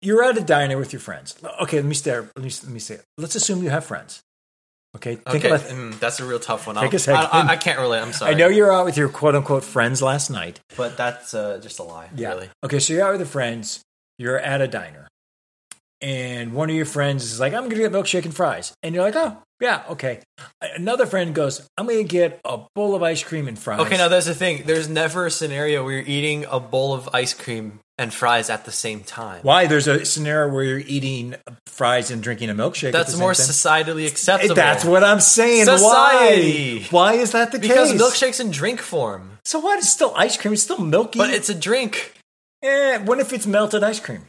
Speaker 1: you're at a diner with your friends. Okay, let me stare. Let me let me say. Let's assume you have friends. Okay, think
Speaker 2: Okay,
Speaker 1: about
Speaker 2: mm, that's a real tough one.
Speaker 1: Take a
Speaker 2: I'll-
Speaker 1: second.
Speaker 2: I, I, I can't relate. I'm sorry.
Speaker 1: I know you're out with your quote unquote friends last night.
Speaker 2: but that's uh, just a lie. Really.
Speaker 1: Okay, so you're out with your friends, you're at a diner, and one of your friends is like, I'm going to get milkshake and fries. And you're like, oh, yeah, okay. Another friend goes, I'm going to get a bowl of ice cream and fries.
Speaker 2: Okay, now that's the thing. There's never a scenario where you're eating a bowl of ice cream and fries at the same time.
Speaker 1: Why? There's a scenario where you're eating fries and drinking a milkshake. at
Speaker 2: That's
Speaker 1: the
Speaker 2: more
Speaker 1: same time.
Speaker 2: societally acceptable.
Speaker 1: That's what I'm saying.
Speaker 2: Society.
Speaker 1: Why? Why is that the
Speaker 2: because
Speaker 1: case?
Speaker 2: milkshakes in drink form,
Speaker 1: So what? It's still ice cream. It's still milky.
Speaker 2: but it's a drink.
Speaker 1: eh, what if it's melted ice cream?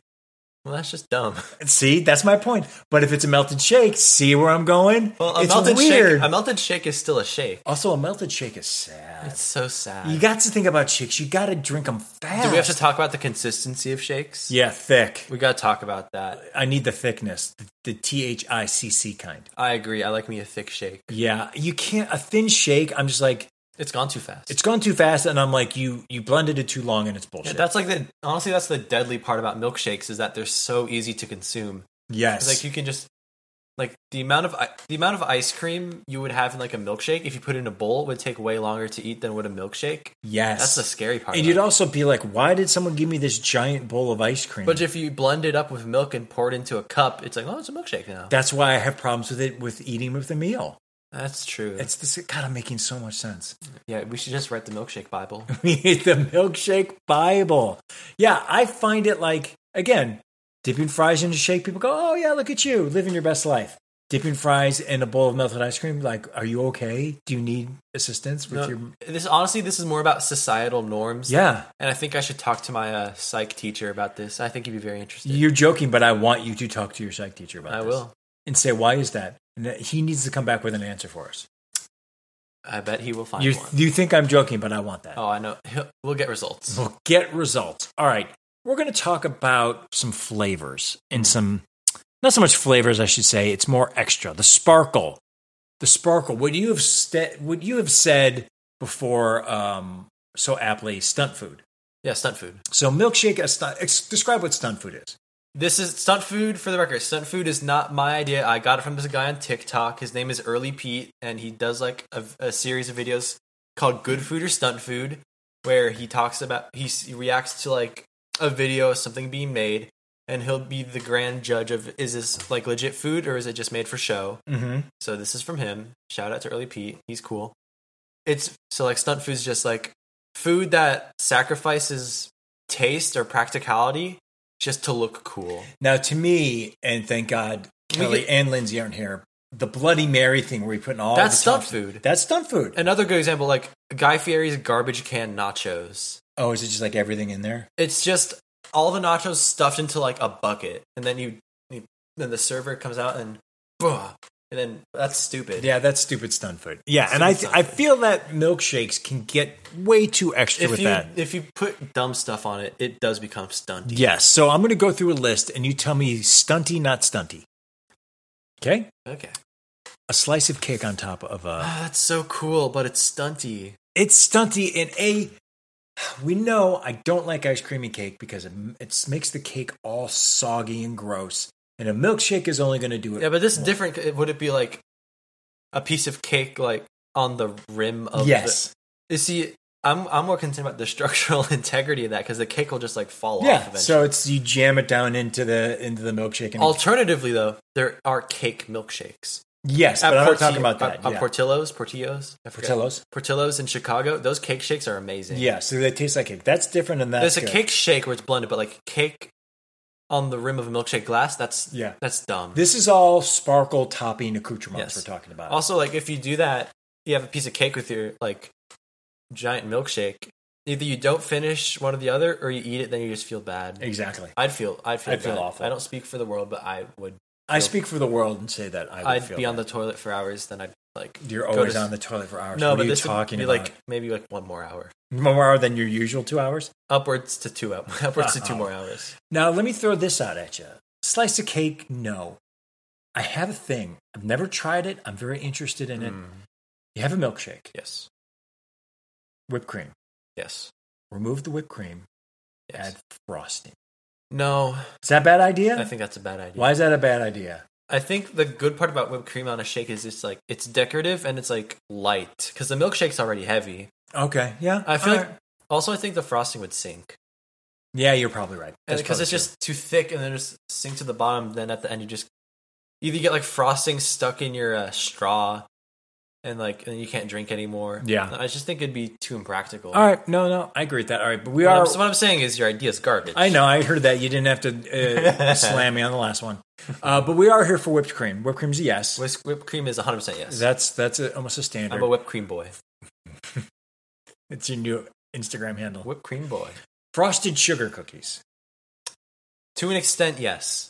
Speaker 2: Well, that's just dumb.
Speaker 1: See, that's my point. But if it's a melted shake, see where I'm going?
Speaker 2: Well, a
Speaker 1: it's
Speaker 2: melted
Speaker 1: weird.
Speaker 2: shake. A melted shake is still a shake.
Speaker 1: Also, a melted shake is sad.
Speaker 2: It's so sad.
Speaker 1: you got to think about shakes. You got to drink them fast.
Speaker 2: Do we have to talk about the consistency of shakes?
Speaker 1: Yeah, thick.
Speaker 2: We got to talk about that.
Speaker 1: I need the thickness, the T H I C C kind.
Speaker 2: I agree. I like me a thick shake.
Speaker 1: Yeah, you can't a thin shake. I'm just like
Speaker 2: It's gone too fast.
Speaker 1: it's gone too fast, and I'm like you you blended it too long, and it's
Speaker 2: Yeah,
Speaker 1: bullshit.
Speaker 2: that's like the honestly that's the deadly part about milkshakes is that they're so easy to consume.
Speaker 1: yes,
Speaker 2: It's like you can just like the amount of i- the amount of ice cream you would have in like a milkshake if you put it in a bowl would take way longer to eat than would a milkshake.
Speaker 1: yes.
Speaker 2: That's the scary part.
Speaker 1: and
Speaker 2: of
Speaker 1: you'd
Speaker 2: it.
Speaker 1: also be like, why did someone give me this giant bowl of ice cream?
Speaker 2: but if you blend it up with milk and pour it into a cup, it's like oh, it's a milkshake now.
Speaker 1: that's why I have problems with it with eating with a meal.
Speaker 2: That's true.
Speaker 1: It's this. God, I'm making so much sense.
Speaker 2: yeah, we should just write the
Speaker 1: <laughs>
Speaker 2: milkshake bible.
Speaker 1: We need the milkshake Bible. Yeah, I find it like again, dipping fries in a shake. People go, "Oh yeah, look at you living your best life." Dipping fries in a bowl of melted ice cream. Like, are you okay? Do you need assistance with
Speaker 2: No,
Speaker 1: your?
Speaker 2: Uh, this honestly, this is more about societal norms.
Speaker 1: Yeah,
Speaker 2: and I think I should talk to my uh, psych teacher about this. I think he'd be very interested.
Speaker 1: you're joking, but I want you to talk to your psych teacher about
Speaker 2: I
Speaker 1: this.
Speaker 2: will.
Speaker 1: and say why is that? And that he needs to come back with an answer for us.
Speaker 2: I bet he will find
Speaker 1: You
Speaker 2: one.
Speaker 1: you think I'm joking, but I want that.
Speaker 2: Oh, I know. He'll- We'll get results.
Speaker 1: We'll get results. All right. We're going to talk about some flavors
Speaker 2: Hmm.
Speaker 1: and some, not so much flavors, I should say. It's more extra. The sparkle. The sparkle. Would you have, st- would you have said before um, so aptly stunt food?
Speaker 2: Yeah, stunt food.
Speaker 1: So, milkshake, a stunt, ex- describe what stunt food is.
Speaker 2: This is stunt food for the record. Stunt food is not my idea. I got it from this guy on TikTok. His name is Early Pete, and he does like a, a series of videos called Good Food or Stunt Food, where he talks about he, s- he reacts to like a video of something being made, and he'll be the grand judge of is this like legit food or is it just made for show.
Speaker 1: Mm-hmm.
Speaker 2: So this is from him. Shout out to Early Pete. He's cool. It's so like stunt food's just like food that sacrifices taste or practicality just to look cool.
Speaker 1: Now, to me, and thank God
Speaker 2: We
Speaker 1: Kelly
Speaker 2: get-
Speaker 1: and Lindsay aren't here, the Bloody Mary thing where we put in all
Speaker 2: That's
Speaker 1: the
Speaker 2: stunt
Speaker 1: tops-
Speaker 2: food.
Speaker 1: That's stunt food.
Speaker 2: Another good example, like Guy Fieri's garbage can nachos.
Speaker 1: oh, is it just like everything in there?
Speaker 2: It's just all the nachos stuffed into like a bucket, and then you, you then the server comes out and, Bah! and then that's stupid.
Speaker 1: Yeah, that's stupid stunt food. Yeah,
Speaker 2: Stupid
Speaker 1: and I
Speaker 2: stunt
Speaker 1: I
Speaker 2: food.
Speaker 1: feel that milkshakes can get way too extra
Speaker 2: If
Speaker 1: with
Speaker 2: you
Speaker 1: that.
Speaker 2: if you put dumb stuff on it, it does become stunty.
Speaker 1: Yes, so I'm going to go through a list, and you tell me stunty, not stunty. Okay,
Speaker 2: Okay,
Speaker 1: a slice of cake on top of a.
Speaker 2: Ah, that's so cool, but it's stunty.
Speaker 1: <gasps> It's stunty in a. We know I don't like ice cream and cake because it, it makes the cake all soggy and gross, and a milkshake is only going to do it.
Speaker 2: Yeah, but this is different. It- Would it be like a piece of cake, like on the rim of?
Speaker 1: yes,
Speaker 2: The, you see, I'm I'm more concerned about the <laughs> structural integrity of that because the cake will just like fall off.
Speaker 1: yeah.
Speaker 2: Eventually.
Speaker 1: So it's you jam it down into the into the milkshake. And
Speaker 2: Alternatively, though, there are cake milkshakes.
Speaker 1: yes, but I'm not talking about that.
Speaker 2: At, at
Speaker 1: yeah.
Speaker 2: Portillo's, Portillo's, I forget.
Speaker 1: Portillo's.
Speaker 2: Portillo's in Chicago. Those cake shakes are amazing.
Speaker 1: Yeah, so they taste like cake. That's different than that.
Speaker 2: there's a cake shake where it's blended, but like cake on the rim of a milkshake glass, that's
Speaker 1: Yeah.
Speaker 2: that's dumb.
Speaker 1: This is all sparkle topping accoutrements
Speaker 2: Yes.
Speaker 1: we're talking about.
Speaker 2: Also, like if you do that, you have a piece of cake with your like giant milkshake. Either you don't finish one or the other, or you eat it, then you just feel bad.
Speaker 1: exactly.
Speaker 2: I'd feel I'd feel
Speaker 1: I'd feel
Speaker 2: bad.
Speaker 1: awful.
Speaker 2: I don't speak for the world, but I would.
Speaker 1: I speak for the world and say that I would
Speaker 2: I'd
Speaker 1: feel
Speaker 2: be on
Speaker 1: that.
Speaker 2: the toilet for hours. Then I'd like
Speaker 1: You're
Speaker 2: go to
Speaker 1: always
Speaker 2: s-
Speaker 1: on the toilet for hours.
Speaker 2: No,
Speaker 1: what
Speaker 2: but
Speaker 1: are you
Speaker 2: this
Speaker 1: talking
Speaker 2: would be
Speaker 1: about?
Speaker 2: like maybe like one more hour,
Speaker 1: more than your usual two hours.
Speaker 2: upwards to two hours, <laughs> upwards to two
Speaker 1: <laughs>
Speaker 2: more hours.
Speaker 1: Now let me throw this out at you: slice of cake. No, I have a thing. I've never tried it. I'm very interested in it.
Speaker 2: Mm,
Speaker 1: You have a milkshake,
Speaker 2: Yes,
Speaker 1: whipped cream.
Speaker 2: yes,
Speaker 1: Remove the whipped cream.
Speaker 2: yes.
Speaker 1: Add frosting.
Speaker 2: No,
Speaker 1: Is that a bad idea?
Speaker 2: I think that's a bad idea.
Speaker 1: Why is that a bad idea?
Speaker 2: I think the good part about whipped cream on a shake is it's like it's decorative and it's like light because the milkshake's already heavy.
Speaker 1: Okay, yeah.
Speaker 2: I feel
Speaker 1: all
Speaker 2: like
Speaker 1: right.
Speaker 2: also I think the frosting would sink
Speaker 1: yeah, you're probably right. That's
Speaker 2: because
Speaker 1: probably
Speaker 2: it's just too thick and then just sink to the bottom. Then at the end you just either you get like frosting stuck in your uh, straw and like and you can't drink anymore.
Speaker 1: Yeah.
Speaker 2: I just think it'd be too impractical.
Speaker 1: true. All right, no, no, I agree with that. All right, but we
Speaker 2: What
Speaker 1: are.
Speaker 2: I'm, so what I'm saying is your idea is garbage.
Speaker 1: I know. I heard that. You didn't have
Speaker 2: <laughs>
Speaker 1: to uh, slam me on the last one. Uh, but we are here for whipped cream. Whipped cream's a yes.
Speaker 2: Whisk- Whipped cream is 100 percent yes.
Speaker 1: That's that's a, almost a standard.
Speaker 2: I'm a whipped cream boy.
Speaker 1: it's your new Instagram handle.
Speaker 2: Whipped cream boy.
Speaker 1: Frosted sugar cookies.
Speaker 2: To an extent, yes.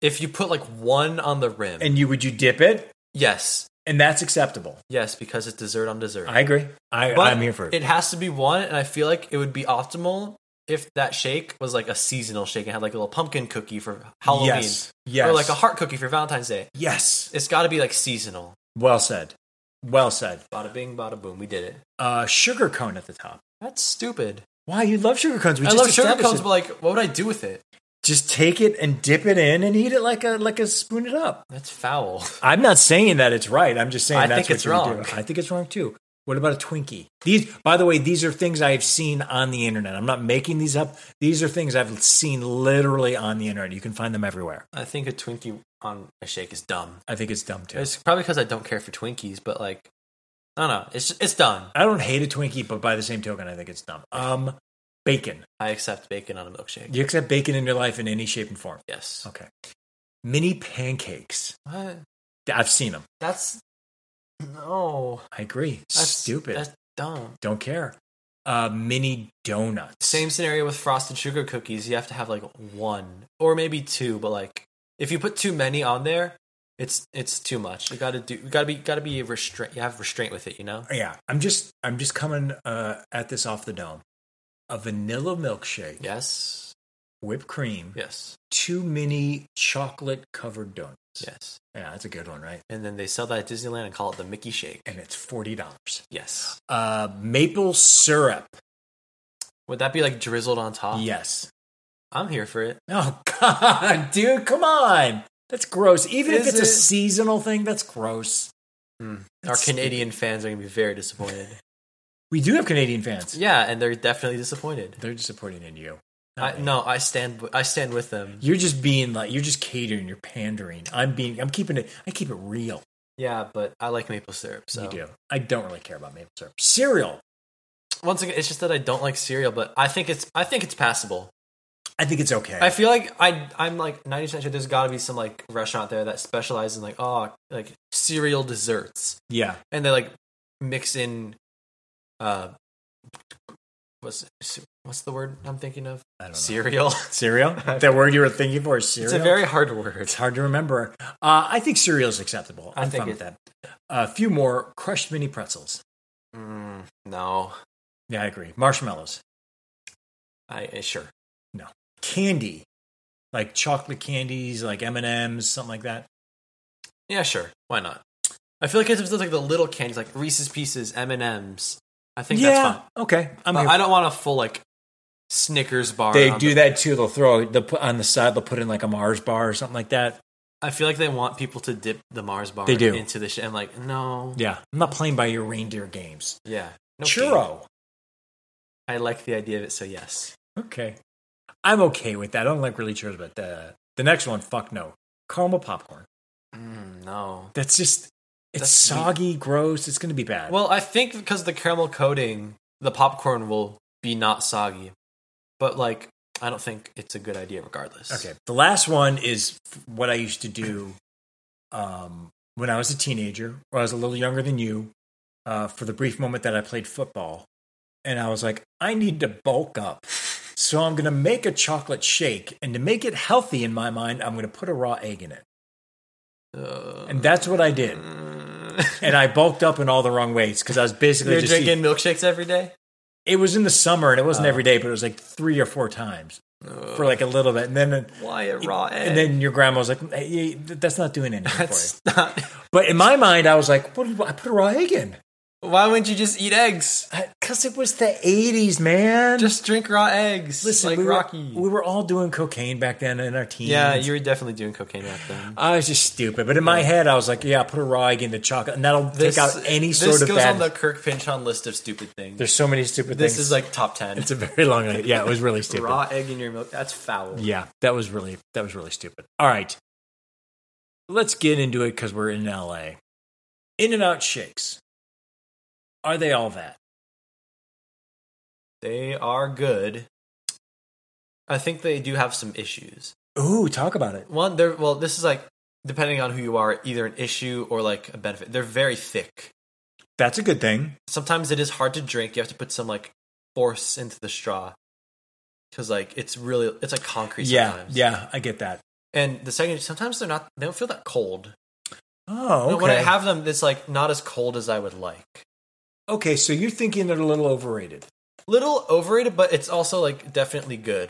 Speaker 2: If you put like one on the rim,
Speaker 1: And you would you dip it?
Speaker 2: yes,
Speaker 1: And that's acceptable.
Speaker 2: yes, because it's dessert on dessert.
Speaker 1: I agree. I,
Speaker 2: But
Speaker 1: I'm here for it.
Speaker 2: It has to be one, and I feel like it would be optimal if that shake was like a seasonal shake and had like a little pumpkin cookie for Halloween,
Speaker 1: Yes. Yes.
Speaker 2: or like a heart cookie for Valentine's Day.
Speaker 1: yes.
Speaker 2: It's got to be like seasonal.
Speaker 1: Well said. Well said.
Speaker 2: Bada bing, bada boom. We did it.
Speaker 1: Uh, sugar cone at the top.
Speaker 2: That's stupid.
Speaker 1: Why you love sugar cones? We
Speaker 2: I
Speaker 1: just
Speaker 2: love sugar
Speaker 1: established
Speaker 2: cones,
Speaker 1: it.
Speaker 2: but like, what would I do with it?
Speaker 1: just take it and dip it in and eat it like a like a spoon it up.
Speaker 2: That's foul.
Speaker 1: I'm not saying that it's right. I'm just saying
Speaker 2: I
Speaker 1: that's
Speaker 2: think
Speaker 1: what
Speaker 2: it's
Speaker 1: you would
Speaker 2: wrong.
Speaker 1: do. I think it's wrong too. What about a Twinkie? These, by the way, these are things I have seen on the internet. I'm not making these up. These are things I've seen literally on the internet. You can find them everywhere.
Speaker 2: I think a Twinkie on a shake is dumb.
Speaker 1: I think it's dumb too.
Speaker 2: It's probably because I don't care for Twinkies, but like, I don't know. It's it's done.
Speaker 1: I don't hate a Twinkie, but by the same token, I think it's dumb. Um, bacon.
Speaker 2: I accept bacon on a milkshake.
Speaker 1: You accept bacon in your life in any shape and form.
Speaker 2: Yes.
Speaker 1: Okay. Mini pancakes.
Speaker 2: What?
Speaker 1: I've seen them.
Speaker 2: That's no.
Speaker 1: I agree.
Speaker 2: That's
Speaker 1: Stupid.
Speaker 2: That's dumb.
Speaker 1: Don't care. Uh, mini donuts.
Speaker 2: Same scenario with frosted sugar cookies. You have to have like one or maybe two, but like if you put too many on there, it's it's too much. You gotta do. You gotta be. Gotta be restraint. You have restraint with it. You know.
Speaker 1: Yeah, I'm just I'm just coming uh, at this off the dome. A vanilla milkshake,
Speaker 2: Yes.
Speaker 1: whipped cream,
Speaker 2: Yes.
Speaker 1: two mini chocolate covered donuts.
Speaker 2: Yes.
Speaker 1: Yeah, that's a good one, right?
Speaker 2: And then they sell that at Disneyland and call it the Mickey Shake.
Speaker 1: And it's forty dollars.
Speaker 2: Yes.
Speaker 1: Uh, maple syrup.
Speaker 2: Would that be like drizzled on top?
Speaker 1: Yes.
Speaker 2: I'm here for it.
Speaker 1: Oh <laughs> God, dude, come on. That's gross. Even if
Speaker 2: Is
Speaker 1: it's a
Speaker 2: it? Hmm.
Speaker 1: seasonal thing, that's gross.
Speaker 2: Our
Speaker 1: That's
Speaker 2: Canadian fans are gonna be very disappointed.
Speaker 1: <laughs> We do have Canadian fans.
Speaker 2: yeah, and they're definitely disappointed.
Speaker 1: They're disappointed in you. not
Speaker 2: I,
Speaker 1: me.
Speaker 2: no, I stand. w- I stand with them.
Speaker 1: You're just being like you're just catering, you're pandering. I'm being I'm keeping it I keep it real.
Speaker 2: Yeah, but I like maple syrup. So
Speaker 1: You do. I don't really care about maple syrup. Cereal.
Speaker 2: once again, it's just that I don't like cereal, but I think it's I think it's passable.
Speaker 1: I think it's okay.
Speaker 2: I feel like I I'm like ninety percent sure there's got to be some like restaurant there that specializes in like oh like cereal desserts,
Speaker 1: yeah.
Speaker 2: and they like mix in uh what's what's the word I'm thinking of
Speaker 1: I don't know.
Speaker 2: cereal. <laughs>
Speaker 1: Cereal? that word you were thinking for is
Speaker 2: it's
Speaker 1: cereal.
Speaker 2: a very hard word.
Speaker 1: it's hard to remember. Uh, I think cereal is acceptable.
Speaker 2: I
Speaker 1: I'm
Speaker 2: think
Speaker 1: fine with
Speaker 2: it-
Speaker 1: that. A few more crushed mini pretzels.
Speaker 2: Mm, no,
Speaker 1: Yeah, I agree. Marshmallows.
Speaker 2: I eh, sure.
Speaker 1: Candy. Like chocolate candies, like M&M's, something like that.
Speaker 2: Yeah, sure. Why not? I feel like it's just like the little candies, like Reese's Pieces, M and M's. I think that's fine.
Speaker 1: Okay. I'm
Speaker 2: But
Speaker 1: here.
Speaker 2: I don't want a full like Snickers bar.
Speaker 1: they
Speaker 2: on
Speaker 1: do
Speaker 2: the-
Speaker 1: that too. They'll throw they'll put on the side. They'll put in like a Mars bar or something like that.
Speaker 2: I feel like they want people to dip the Mars bar
Speaker 1: They do.
Speaker 2: into the shit. I'm like, no.
Speaker 1: Yeah, I'm not playing by your reindeer games.
Speaker 2: Yeah. No kidding.
Speaker 1: Churro.
Speaker 2: I like the idea of it, so yes.
Speaker 1: Okay. I'm okay with that. I don't like really churros, but the the next one, fuck no. Caramel popcorn.
Speaker 2: Mm, no.
Speaker 1: That's just it's
Speaker 2: That's sweet.
Speaker 1: soggy, gross. It's gonna be bad.
Speaker 2: Well, I think because the caramel coating, the popcorn will be not soggy. But like, I don't think it's a good idea, regardless.
Speaker 1: Okay. The last one is f- what I used to do um, when I was a teenager, or I was a little younger than you, uh, for the brief moment that I played football. And I was like, I need to bulk up. So I'm going to make a chocolate shake. And to make it healthy in my mind, I'm going to put a raw egg in it.
Speaker 2: Uh,
Speaker 1: And that's what I
Speaker 2: <laughs>
Speaker 1: did. And I bulked up in all the wrong ways because I was basically
Speaker 2: You're
Speaker 1: just
Speaker 2: drinking
Speaker 1: eating-
Speaker 2: milkshakes every day.
Speaker 1: It was in the summer and it wasn't
Speaker 2: Oh.
Speaker 1: every day, but it was like three or four times for like a little bit. And then,
Speaker 2: Why a raw egg?
Speaker 1: and then your grandma was like, hey, that's not doing anything for you.
Speaker 2: that's not.
Speaker 1: But in my mind, I was like, "What? Did I put a raw egg in?"
Speaker 2: <laughs> Why wouldn't you just eat eggs?
Speaker 1: Because it was the '80s, man.
Speaker 2: Just drink raw eggs.
Speaker 1: listen,
Speaker 2: like
Speaker 1: we
Speaker 2: Rocky.
Speaker 1: Were, we were all doing cocaine back then in our teens.
Speaker 2: yeah, you were definitely doing cocaine back then.
Speaker 1: I was just stupid, but in my head, I was like, "Yeah, I put a raw egg in the chocolate, and that'll
Speaker 2: This-
Speaker 1: take out any sort
Speaker 2: This
Speaker 1: of
Speaker 2: goes
Speaker 1: bad."
Speaker 2: on the Kirk Pinchon list of stupid things.
Speaker 1: There's so many stupid
Speaker 2: this
Speaker 1: things.
Speaker 2: is like top ten.
Speaker 1: it's a very long. Yeah, it was
Speaker 2: <laughs>
Speaker 1: really stupid.
Speaker 2: raw egg in your milk. That's foul.
Speaker 1: Yeah, that was really that was really stupid. All right, let's get into it because we're in L.A. In and out shakes. Are they all that?
Speaker 2: They are good. I think they do have some issues.
Speaker 1: Ooh, talk about it.
Speaker 2: One, they're well. This is like depending on who you are, either an issue or like a benefit. They're very thick.
Speaker 1: That's a good thing.
Speaker 2: Sometimes it is hard to drink. You have to put some like force into the straw because like it's really it's like concrete.
Speaker 1: Yeah,
Speaker 2: sometimes.
Speaker 1: yeah, I get that.
Speaker 2: And the second, sometimes they're not. They don't feel that cold.
Speaker 1: Oh, okay.
Speaker 2: When I have them, it's like not as cold as I would like.
Speaker 1: okay, so you're thinking they're a little overrated.
Speaker 2: Little overrated, but it's also like definitely good.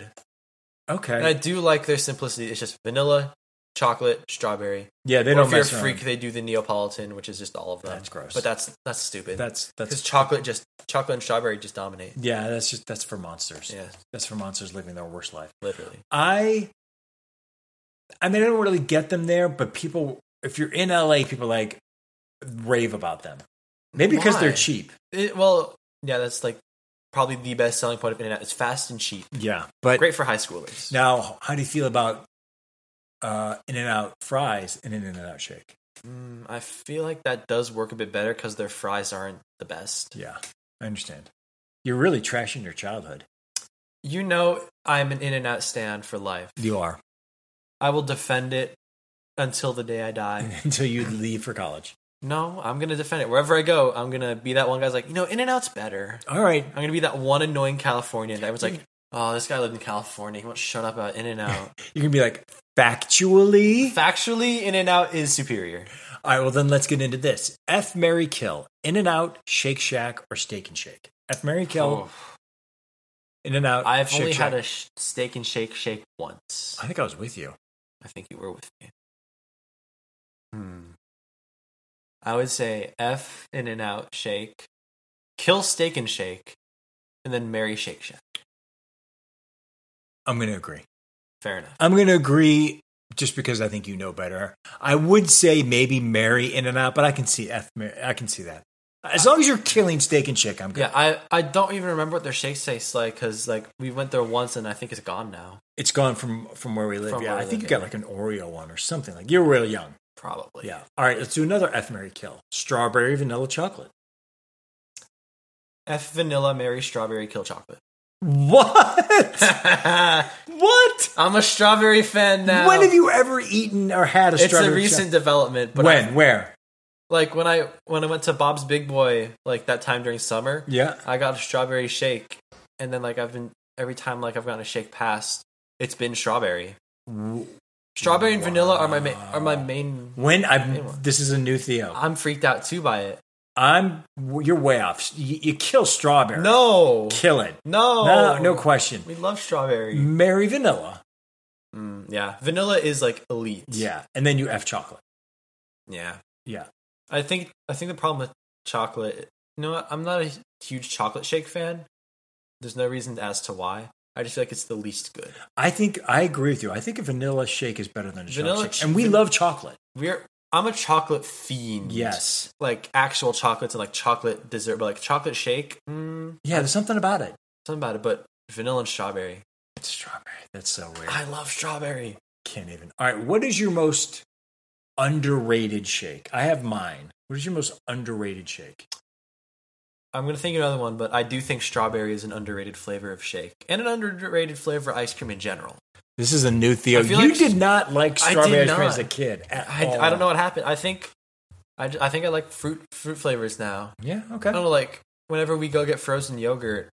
Speaker 2: And I
Speaker 1: Okay.
Speaker 2: do like their simplicity. It's just vanilla, chocolate, strawberry.
Speaker 1: yeah, they
Speaker 2: Or
Speaker 1: don't
Speaker 2: if you're a
Speaker 1: mess
Speaker 2: freak,
Speaker 1: around.
Speaker 2: they do the Neapolitan, which is just all of them.
Speaker 1: That's gross.
Speaker 2: But that's that's stupid.
Speaker 1: That's
Speaker 2: because
Speaker 1: that's
Speaker 2: chocolate just chocolate and strawberry just dominate.
Speaker 1: yeah, that's just that's for monsters.
Speaker 2: Yeah,
Speaker 1: That's for monsters living their worst life.
Speaker 2: literally.
Speaker 1: I I mean, I don't really get them there, but people if you're in LA, people like rave about them. Maybe because they're
Speaker 2: Why?
Speaker 1: cheap.
Speaker 2: It, well, yeah, that's like probably the best selling point of internet. It's fast and cheap.
Speaker 1: Yeah. But
Speaker 2: Great for high schoolers.
Speaker 1: now how do you feel about uh in and out fries and an in and out shake?
Speaker 2: Mm, I feel like that does work a bit better because their fries aren't the best.
Speaker 1: Yeah. I understand. You're really trashing your childhood.
Speaker 2: You know, I'm an In and Out stand for life.
Speaker 1: You are.
Speaker 2: I will defend it until the day I die.
Speaker 1: <laughs> <laughs> Until you leave for college.
Speaker 2: No, I'm gonna defend it wherever I go. I'm gonna be that one guy's like, you know, In and Out's better.
Speaker 1: All right.
Speaker 2: I'm gonna be that one annoying Californian that was like, oh, this guy lived in California. He won't shut up about In
Speaker 1: <laughs>
Speaker 2: and Out.
Speaker 1: You can be like, factually.
Speaker 2: Factually, In and Out is superior.
Speaker 1: All right, well, then let's get into this. F, Mary, Kill, In and Out, Shake Shack, or Steak and Shake? F, Mary, Kill, In and Out.
Speaker 2: I've
Speaker 1: Shake
Speaker 2: only
Speaker 1: Shack.
Speaker 2: had a sh- steak and shake shake once.
Speaker 1: I think I was with you.
Speaker 2: I think you were with me. Hmm. I would say F In and Out Shake, kill Steak and Shake, and then marry Shake Shack.
Speaker 1: I'm going to agree.
Speaker 2: Fair enough.
Speaker 1: I'm going to agree just because I think you know better. I would say maybe Mary, In and Out, but I can see F, Mary, I can see that. As long as you're killing Steak and Shake, I'm good.
Speaker 2: Yeah, I, I don't even remember what their shakes taste like because like we went there once and I think it's gone now.
Speaker 1: It's gone from from where we live.
Speaker 2: From
Speaker 1: yeah,
Speaker 2: where
Speaker 1: I
Speaker 2: we
Speaker 1: think you
Speaker 2: live,
Speaker 1: got
Speaker 2: yeah.
Speaker 1: like an Oreo one or something. Like you're real young.
Speaker 2: Probably.
Speaker 1: Yeah. All right, let's do another F, Mary, Kill. Strawberry, vanilla, chocolate.
Speaker 2: F vanilla, Mary strawberry,
Speaker 1: <laughs>
Speaker 2: kill chocolate.
Speaker 1: What? <laughs> what?
Speaker 2: I'm a strawberry fan now.
Speaker 1: When have you ever eaten or had a
Speaker 2: It's a
Speaker 1: strawberry?
Speaker 2: recent
Speaker 1: shake?
Speaker 2: development. But
Speaker 1: when? Where?
Speaker 2: like when I when I went to Bob's Big Boy like that time during summer,
Speaker 1: Yeah.
Speaker 2: I got a strawberry shake, and then like I've been every time like I've gotten a shake past, it's been strawberry. Strawberry and vanilla are my ma- are my main.
Speaker 1: When
Speaker 2: Anyway.
Speaker 1: I this is a new Theo.
Speaker 2: I'm freaked out too by it.
Speaker 1: I'm you're way off. You, you kill strawberry.
Speaker 2: No,
Speaker 1: kill it.
Speaker 2: no,
Speaker 1: No, no Mm. question.
Speaker 2: We love strawberry.
Speaker 1: Mary vanilla.
Speaker 2: Mm, yeah, vanilla is like elite.
Speaker 1: Yeah, and then you f chocolate.
Speaker 2: yeah.
Speaker 1: Yeah.
Speaker 2: I think I think the problem with chocolate. You know what? I'm not a huge chocolate shake fan. There's no reason as to why. I just feel like it's the least good.
Speaker 1: I think I agree with you. I think a vanilla shake is better than a
Speaker 2: Vanilla
Speaker 1: vanilla shake.
Speaker 2: sh-
Speaker 1: And we
Speaker 2: van- Mm.
Speaker 1: love chocolate.
Speaker 2: We're I'm a chocolate fiend.
Speaker 1: Yes.
Speaker 2: like actual chocolates and like chocolate dessert, but like chocolate shake, mm,
Speaker 1: Yeah, there's something about it.
Speaker 2: something about it. But vanilla and strawberry,
Speaker 1: It's strawberry. That's so weird.
Speaker 2: I love strawberry.
Speaker 1: Can't even. All right. What is your most underrated shake? I have mine. What is your most underrated shake?
Speaker 2: I'm gonna think of another one, but I do think strawberry is an underrated flavor of shake and an underrated flavor of ice cream in general.
Speaker 1: This is a new Theo.
Speaker 2: I
Speaker 1: You
Speaker 2: feel like-
Speaker 1: did not like
Speaker 2: I did
Speaker 1: strawberry ice cream as
Speaker 2: not.
Speaker 1: a kid. At
Speaker 2: I,
Speaker 1: all.
Speaker 2: I don't know what happened. I think I, j- I think I like fruit fruit flavors now.
Speaker 1: Yeah.
Speaker 2: I
Speaker 1: Okay.
Speaker 2: don't know, like whenever we go get frozen yogurt,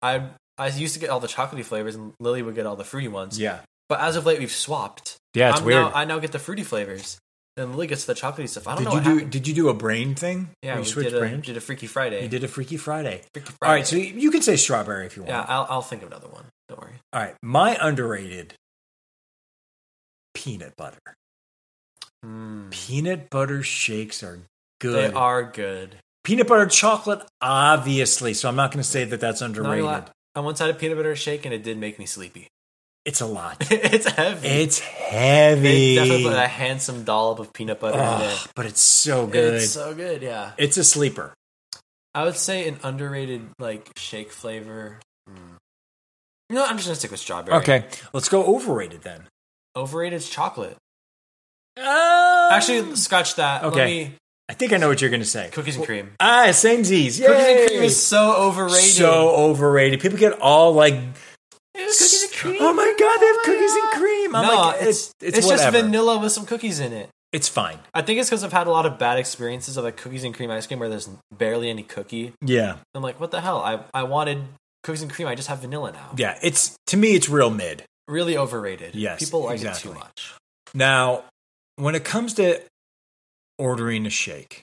Speaker 2: I I used to get all the chocolatey flavors, and Lily would get all the fruity ones.
Speaker 1: Yeah.
Speaker 2: But as of late, we've swapped.
Speaker 1: Yeah. It's
Speaker 2: I'm
Speaker 1: weird.
Speaker 2: Now, I now get the fruity flavors, and Lily gets the chocolatey stuff. I don't
Speaker 1: did
Speaker 2: know
Speaker 1: you
Speaker 2: what
Speaker 1: do?
Speaker 2: happened.
Speaker 1: Did you do a brain thing?
Speaker 2: Yeah,
Speaker 1: Where you
Speaker 2: we
Speaker 1: switched
Speaker 2: did a,
Speaker 1: brains.
Speaker 2: did a Freaky Friday.
Speaker 1: You did a Freaky Friday.
Speaker 2: Freaky
Speaker 1: All right,
Speaker 2: Friday.
Speaker 1: so you you can say strawberry if you want.
Speaker 2: yeah, I'll I'll think of another one. Don't worry.
Speaker 1: All right, my underrated peanut butter.
Speaker 2: Mm.
Speaker 1: Peanut butter shakes are
Speaker 2: They
Speaker 1: good.
Speaker 2: are good.
Speaker 1: Peanut butter chocolate, obviously. So I'm not going to say that that's
Speaker 2: Not gonna
Speaker 1: underrated.
Speaker 2: lie, I once had a peanut butter shake, and it did make me sleepy. <laughs>
Speaker 1: it's a lot.
Speaker 2: it's heavy.
Speaker 1: It's
Speaker 2: They
Speaker 1: heavy.
Speaker 2: definitely put a handsome dollop of peanut butter
Speaker 1: Ugh, but it's so
Speaker 2: in there.
Speaker 1: good.
Speaker 2: It's uh,
Speaker 1: It's,
Speaker 2: so good, yeah.
Speaker 1: a sleeper.
Speaker 2: I would say an underrated like shake flavor. hmm. No, I'm just gonna stick with strawberry.
Speaker 1: Okay, let's go overrated then.
Speaker 2: Overrated is chocolate.
Speaker 1: Um,
Speaker 2: Actually, scratch that.
Speaker 1: okay.
Speaker 2: Let me
Speaker 1: I think I know what you're going to say.
Speaker 2: cookies and cream.
Speaker 1: Ah, same Z's.
Speaker 2: Cookies and cream is so overrated.
Speaker 1: so overrated. People get all like
Speaker 2: Yeah, cookies and cream.
Speaker 1: Oh my god, they have cookies and cream. I'm
Speaker 2: no,
Speaker 1: like,
Speaker 2: it's it's, just
Speaker 1: whatever.
Speaker 2: vanilla with some cookies in it.
Speaker 1: It's fine.
Speaker 2: I think it's because I've had a lot of bad experiences of like cookies and cream ice cream where there's barely any cookie.
Speaker 1: Yeah,
Speaker 2: I'm like, what the hell? I I wanted cookies and cream. I just have vanilla now.
Speaker 1: yeah. It's to me, it's real mid.
Speaker 2: Really overrated.
Speaker 1: Yes,
Speaker 2: people like
Speaker 1: exactly.
Speaker 2: it too much.
Speaker 1: Now, when it comes to ordering a shake,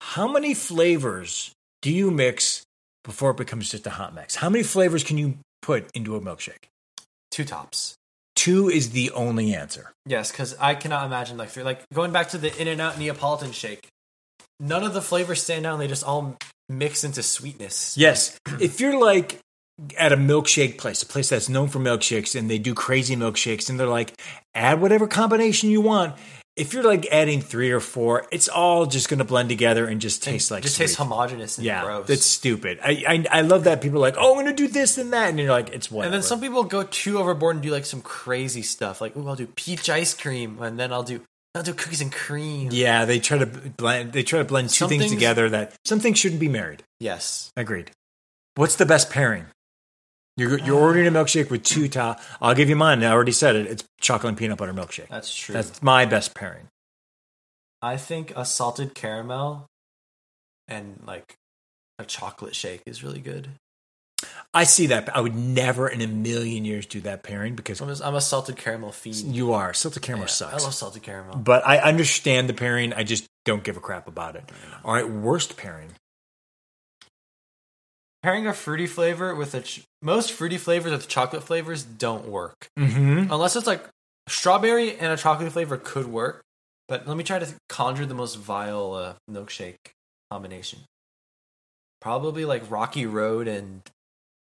Speaker 1: how many flavors do you mix before it becomes just a hot mix? How many flavors can you put into a milkshake?
Speaker 2: Two tops.
Speaker 1: Two is the only answer.
Speaker 2: Yes, because I cannot imagine like three. Like going back to the In and Out Neapolitan shake, none of the flavors stand out. and They just all mix into sweetness.
Speaker 1: Yes. if you're like at a milkshake place, a place that's known for milkshakes, and they do crazy milkshakes, and they're like, add whatever combination you want. If you're like adding three or four, it's all just going to blend together and just taste like
Speaker 2: just
Speaker 1: sweet.
Speaker 2: tastes homogenous and
Speaker 1: yeah,
Speaker 2: gross.
Speaker 1: that's stupid. I, I I love that people are like, oh, I'm going to do this and that, and you're like, it's whatever.
Speaker 2: and then some people go too overboard and do like some crazy stuff. Like, ooh, I'll do peach ice cream, and then I'll do I'll do cookies and cream.
Speaker 1: Yeah, they try to blend. They try to blend two
Speaker 2: Some
Speaker 1: things
Speaker 2: things-
Speaker 1: together that some things shouldn't be married.
Speaker 2: Yes.
Speaker 1: Agreed. What's the best pairing? You're you're ordering a milkshake with two top. I'll give you mine. I already said it. It's chocolate and peanut butter milkshake.
Speaker 2: That's true.
Speaker 1: That's my best pairing.
Speaker 2: I think a salted caramel and like a chocolate shake is really good.
Speaker 1: I see that. I would never in a million years do that pairing because
Speaker 2: I'm a, I'm a salted caramel fiend.
Speaker 1: you are. Salted caramel
Speaker 2: Yeah, I
Speaker 1: sucks.
Speaker 2: love salted caramel.
Speaker 1: but I understand the pairing. I just don't give a crap about it. All right, worst pairing.
Speaker 2: Pairing a fruity flavor with a ch- most fruity flavors with chocolate flavors don't work
Speaker 1: Mm-hmm.
Speaker 2: unless it's like strawberry and a chocolate flavor could work. But let me try to th- conjure the most vile uh, milkshake combination. Probably like Rocky Road and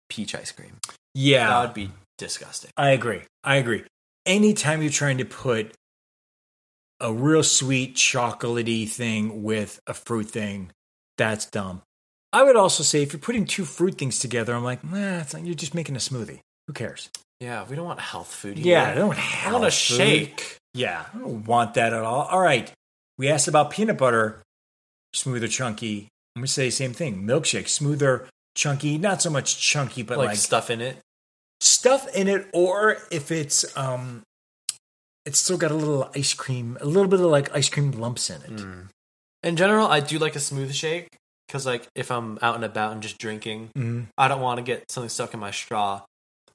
Speaker 2: peach ice cream. That
Speaker 1: Yeah,
Speaker 2: would be disgusting.
Speaker 1: I agree. I agree. Anytime you're trying to put a real sweet chocolatey thing with a fruit thing, that's dumb. I would also say if you're putting two fruit things together, I'm like, nah, it's like you're just making a smoothie. Who cares?
Speaker 2: Yeah, we don't want health food. Here.
Speaker 1: Yeah, I don't
Speaker 2: I
Speaker 1: have
Speaker 2: want a
Speaker 1: food.
Speaker 2: shake.
Speaker 1: Yeah, I don't want that at all. All right. We asked about peanut butter, smooth or chunky. I'm going to say the same thing. Milkshake, smoother, chunky, not so much chunky, but
Speaker 2: like,
Speaker 1: like,
Speaker 2: stuff in it.
Speaker 1: stuff in it, or if it's, um, it's still got a little ice cream, a little bit of like ice cream lumps in it.
Speaker 2: Mm. In general, I do like a smooth shake because, like, if I'm out and about and just drinking,
Speaker 1: Mhm.
Speaker 2: I don't want to get something stuck in my straw.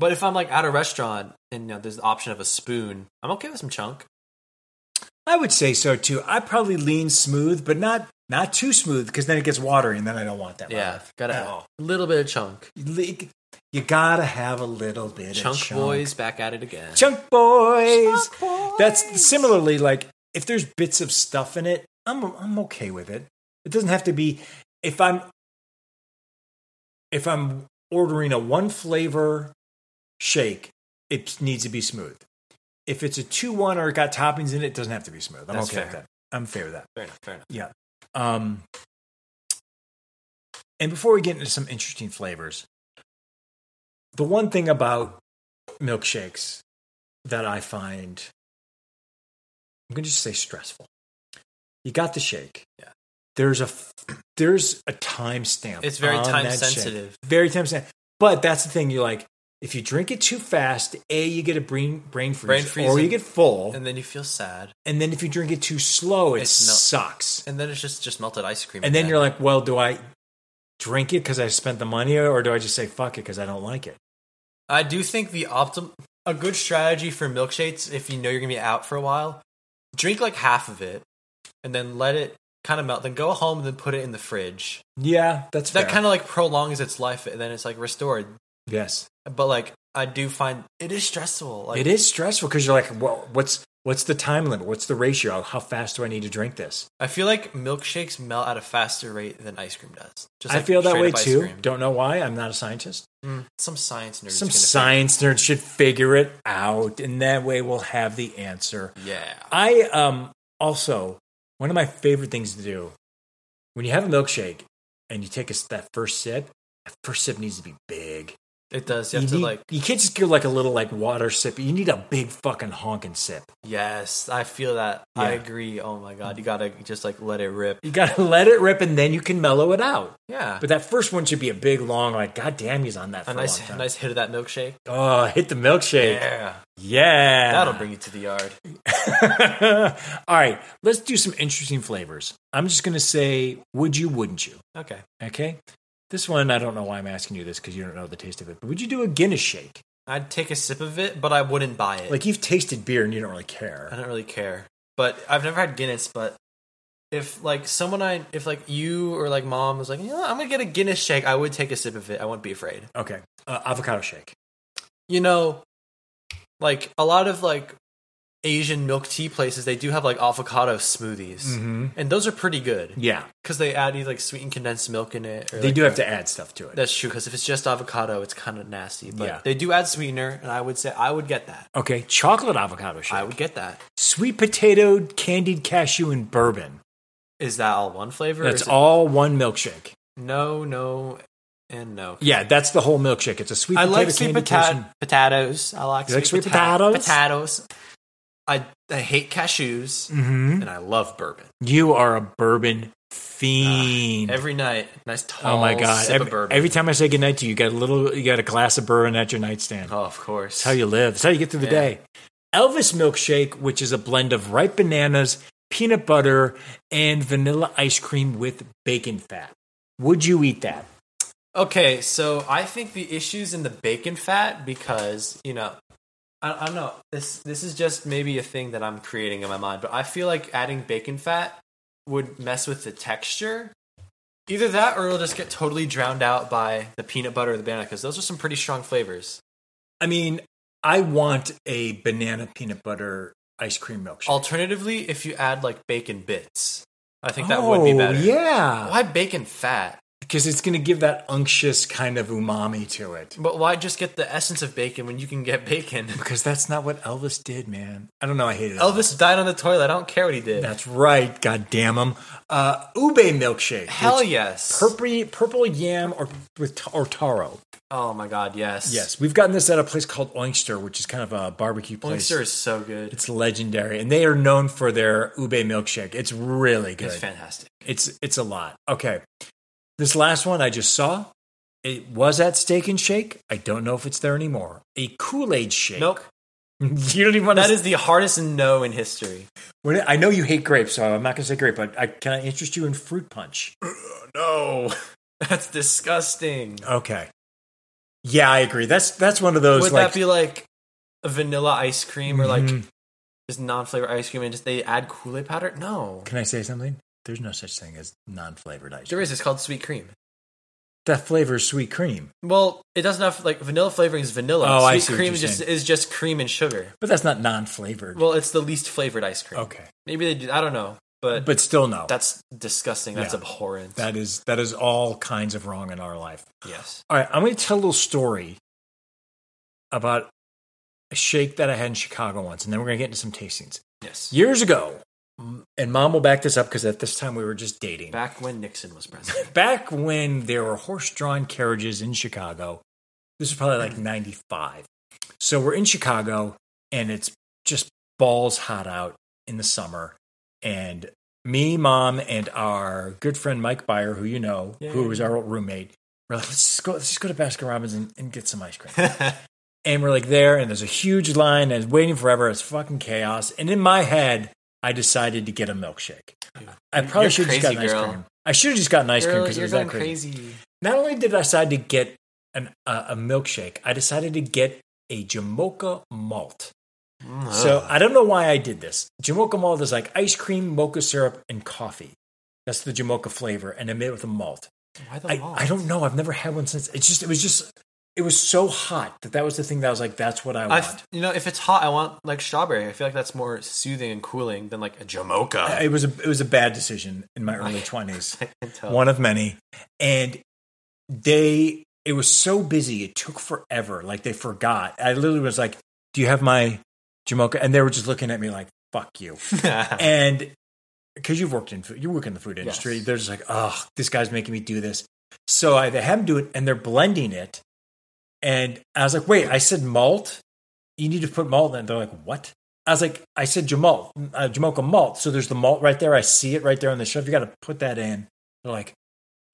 Speaker 2: But if I'm like at a restaurant and you know, there's the option of a spoon, I'm okay with some chunk.
Speaker 1: I would say so too. I probably lean smooth, but not not too smooth because then it gets watery, and then I don't want that. in my
Speaker 2: Yeah,
Speaker 1: life
Speaker 2: got
Speaker 1: at
Speaker 2: a
Speaker 1: all.
Speaker 2: little bit of chunk.
Speaker 1: You, li- you gotta have a little bit
Speaker 2: Chunk,
Speaker 1: of chunk.
Speaker 2: boys back at it again.
Speaker 1: Chunk boys.
Speaker 2: boys.
Speaker 1: That's similarly like if there's bits of stuff in it, I'm I'm okay with it. It doesn't have to be if I'm if I'm ordering a one flavor shake, it needs to be smooth. If it's a two one or it got toppings in it, it doesn't have to be smooth. I'm
Speaker 2: That's
Speaker 1: okay with
Speaker 2: fair.
Speaker 1: that. I'm fair with that.
Speaker 2: Fair enough. Fair enough.
Speaker 1: Yeah. Um and before we get into some interesting flavors, the one thing about milkshakes that I find I'm gonna just say stressful. You got the shake.
Speaker 2: Yeah.
Speaker 1: there's a f- there's a timestamp.
Speaker 2: It's very
Speaker 1: on
Speaker 2: time
Speaker 1: that shit.
Speaker 2: sensitive.
Speaker 1: Very time sensitive. But that's the thing. You like if you drink it too fast, a you get a brain brain freeze,
Speaker 2: Brain freeze
Speaker 1: or you
Speaker 2: and-
Speaker 1: get full, and,
Speaker 2: And then you feel sad.
Speaker 1: then if you drink it too slow, it
Speaker 2: It's mel-
Speaker 1: sucks.
Speaker 2: And then it's just just melted ice cream.
Speaker 1: And then
Speaker 2: again.
Speaker 1: you're like, well, do I drink it because I spent the money, or do I just say fuck it because I don't like it?
Speaker 2: I do think the optim a good strategy for milkshakes if you know you're gonna be out for a while, drink like half of it, and then let it kind of melt. Then go home and then put it in the fridge.
Speaker 1: Yeah, that's
Speaker 2: That kind of like prolongs its life, and then it's like restored.
Speaker 1: of yes.
Speaker 2: But like I do find it is stressful. Like
Speaker 1: it is stressful because you're like, well, what's what's the time limit? What's the ratio? How fast do I need to drink this?
Speaker 2: I feel like milkshakes melt at a faster rate than ice cream does. Just
Speaker 1: I
Speaker 2: like,
Speaker 1: feel that
Speaker 2: straight
Speaker 1: way
Speaker 2: up ice
Speaker 1: too.
Speaker 2: cream.
Speaker 1: Don't know why. I'm not a scientist.
Speaker 2: Mm, some science nerds.
Speaker 1: Some science nerd should figure it out, and that way we'll have the answer.
Speaker 2: Yeah.
Speaker 1: I um also one of my favorite things to do when you have a milkshake and you take a, s- that first sip. That first sip needs to be big.
Speaker 2: It does. You have
Speaker 1: need,
Speaker 2: to like.
Speaker 1: you can't just give like a little like water sip. You need a big fucking honking sip.
Speaker 2: Yes, I feel that. I
Speaker 1: Yeah.
Speaker 2: agree. Oh my god, you gotta just like let it rip.
Speaker 1: You gotta <laughs> let it rip, and then you can mellow it out.
Speaker 2: Yeah,
Speaker 1: But that first one should be a big, long, like, God damn, he's on that for a
Speaker 2: a <laughs>
Speaker 1: long
Speaker 2: nice,
Speaker 1: time.
Speaker 2: nice hit of that milkshake.
Speaker 1: Oh, hit the milkshake. Yeah.
Speaker 2: Yeah, that'll bring you to the yard.
Speaker 1: <laughs> All right, let's do some interesting flavors. I'm just going to say, would you, wouldn't you?
Speaker 2: Okay,
Speaker 1: Okay. This one, I don't know why I'm asking you this because you don't know the taste of it, but would you do a Guinness shake?
Speaker 2: I'd take a sip of it, but I wouldn't buy it.
Speaker 1: Like, you've tasted beer and you don't really
Speaker 2: I
Speaker 1: care.
Speaker 2: don't really care. But I've never had Guinness. But if like someone I, if like you or like mom was like, you know, what, I'm gonna get a Guinness shake, I would take a sip of it. I wouldn't be afraid.
Speaker 1: Okay. Uh, avocado shake.
Speaker 2: you know, like a lot of like Asian milk tea places, they do have like avocado smoothies,
Speaker 1: Mhm.
Speaker 2: and those are pretty good
Speaker 1: Yeah.
Speaker 2: because they add either like sweetened condensed milk in it. Or,
Speaker 1: They
Speaker 2: like-
Speaker 1: do have to add stuff to it.
Speaker 2: That's true because if it's just avocado, it's kind of nasty. But
Speaker 1: Yeah.
Speaker 2: they do add sweetener, and I would say I would get that.
Speaker 1: Okay. Chocolate avocado shake.
Speaker 2: I would get that.
Speaker 1: Sweet potato, candied cashew, and bourbon.
Speaker 2: Is that all one flavor?
Speaker 1: That's
Speaker 2: Is it-
Speaker 1: all one milkshake.
Speaker 2: No, no, and no.
Speaker 1: Yeah, that's the whole milkshake. It's a sweet
Speaker 2: I
Speaker 1: potato
Speaker 2: like sweet
Speaker 1: candy
Speaker 2: pota-
Speaker 1: cashew.
Speaker 2: potatoes. I like
Speaker 1: You
Speaker 2: sweet,
Speaker 1: like sweet
Speaker 2: pota-
Speaker 1: potatoes?
Speaker 2: Potatoes. I I hate cashews,
Speaker 1: Mhm.
Speaker 2: and I love bourbon.
Speaker 1: You are a bourbon fiend.
Speaker 2: Ah, Every night, nice tall.
Speaker 1: oh my god!
Speaker 2: sip of
Speaker 1: Every,
Speaker 2: bourbon.
Speaker 1: every time I say goodnight to you, you got a little, you got a glass of bourbon at your nightstand.
Speaker 2: oh, of course.
Speaker 1: That's how you live. That's how you get through the
Speaker 2: Yeah.
Speaker 1: day. Elvis milkshake, which is a blend of ripe bananas, peanut butter, and vanilla ice cream with bacon fat. Would you eat that?
Speaker 2: okay, so I think the issues in the bacon fat because you know, I, I don't know. This this is just maybe a thing that I'm creating in my mind, but I feel like adding bacon fat would mess with the texture. Either that, or it'll just get totally drowned out by the peanut butter or the banana because those are some pretty strong flavors.
Speaker 1: I mean, I want a banana peanut butter ice cream milkshake.
Speaker 2: Alternatively, if you add like bacon bits, I think that would be
Speaker 1: Oh,
Speaker 2: better.
Speaker 1: Yeah.
Speaker 2: Why bacon fat?
Speaker 1: because it's going to give that unctuous kind of umami to it.
Speaker 2: But why just get the essence of bacon when you can get bacon? <laughs>
Speaker 1: Because that's not what Elvis did, man. I don't know. I hated it.
Speaker 2: Elvis died on the toilet. I don't care what he did.
Speaker 1: That's right. God damn him. Uh, ube milkshake.
Speaker 2: Hell
Speaker 1: which-
Speaker 2: yes.
Speaker 1: Purple, purple yam or with ta- or taro.
Speaker 2: oh my god, yes.
Speaker 1: Yes, we've gotten this at a place called Oyster, which is kind of a barbecue place.
Speaker 2: Oyster is so good. It's,
Speaker 1: It's legendary, and they are known for their ube milkshake. It's really good.
Speaker 2: fantastic.
Speaker 1: It's it's a lot. Okay. This last one I just saw. It was at Steak and Shake. I don't know if it's there anymore. A Kool-Aid shake.
Speaker 2: Nope.
Speaker 1: <laughs> you don't even want
Speaker 2: That
Speaker 1: to
Speaker 2: is the hardest no in history. <laughs>
Speaker 1: When- I know you hate grapes, so I'm not going to say grape, but I, can I interest you in fruit punch?
Speaker 2: <clears throat> No. That's disgusting.
Speaker 1: Okay. Yeah, I agree. That's that's one of those
Speaker 2: Would
Speaker 1: like
Speaker 2: that be like a vanilla ice cream or like
Speaker 1: Mhm.
Speaker 2: just non-flavored ice cream and just they add Kool-Aid powder? No.
Speaker 1: Can I say something? There's no such thing as non-flavored ice.
Speaker 2: There
Speaker 1: cream.
Speaker 2: is. It's called sweet cream.
Speaker 1: That flavor is sweet cream,
Speaker 2: Well, it doesn't have like vanilla flavoring is vanilla.
Speaker 1: Oh,
Speaker 2: sweet
Speaker 1: I see what
Speaker 2: cream
Speaker 1: you're
Speaker 2: is just
Speaker 1: saying.
Speaker 2: is just cream and sugar.
Speaker 1: but that's not non-flavored.
Speaker 2: Well, it's the least flavored ice cream.
Speaker 1: okay.
Speaker 2: Maybe they do. I don't know, but
Speaker 1: But still no.
Speaker 2: That's disgusting. That's
Speaker 1: Yeah.
Speaker 2: abhorrent.
Speaker 1: that is that is all kinds of wrong in our life.
Speaker 2: yes.
Speaker 1: All right, I'm going to tell a little story about a shake that I had in Chicago once, and then we're going to get into some tastings.
Speaker 2: Yes.
Speaker 1: Years ago, m- and mom will back this up because at this time we were just dating.
Speaker 2: Back when Nixon was <laughs> president.
Speaker 1: Back when there were horse drawn carriages in Chicago, this is probably like 95. So we're in Chicago, and it's just balls hot out in the summer. And me, mom, and our good friend Mike Byer, who you know,
Speaker 2: Yeah.
Speaker 1: who was our old roommate, we're like, let's just go, let's just go to Baskin Robbins and, and get some ice cream.
Speaker 2: yeah.
Speaker 1: and we're like there, and there's a huge line, and it's waiting forever. It's fucking chaos. And in my head, I decided to get a milkshake. I probably
Speaker 2: You're
Speaker 1: should have just
Speaker 2: crazy,
Speaker 1: gotten ice
Speaker 2: girl.
Speaker 1: cream. I should have just gotten ice cream
Speaker 2: Girl,
Speaker 1: because it
Speaker 2: you're
Speaker 1: was
Speaker 2: going
Speaker 1: that crazy.
Speaker 2: crazy.
Speaker 1: Not only did I decide to get an, uh, a milkshake, I decided to get a Jamocha malt.
Speaker 2: Mm,
Speaker 1: So
Speaker 2: ugh.
Speaker 1: I don't know why I did this. Jamocha malt is like ice cream, mocha syrup, and coffee. That's the Jamocha flavor, and I made it with a malt.
Speaker 2: why the
Speaker 1: I,
Speaker 2: mall?
Speaker 1: I don't know. I've never had one since. It's just it was just it was so hot that that was the thing that I was like, that's what I
Speaker 2: I
Speaker 1: want.
Speaker 2: f- you know, if it's hot, I want like strawberry. I feel like that's more soothing and cooling than like a Jamocha.
Speaker 1: it was a it was a bad decision in my early twenties.
Speaker 2: <laughs> I can tell.
Speaker 1: one of many and they it was so busy it took forever like they forgot i literally was like do you have my jamocha and they were just looking at me like fuck you
Speaker 2: <laughs>
Speaker 1: and because you've worked in food you work in the food industry
Speaker 2: Yes.
Speaker 1: they're just like oh this guy's making me do this so i they have him do it and they're blending it and i was like wait i said malt you need to put malt in they're like what I was like, I said Jamalt, uh, Jamocha malt. So there's the malt right there. I see it right there on the shelf. You got to put that in. They're like,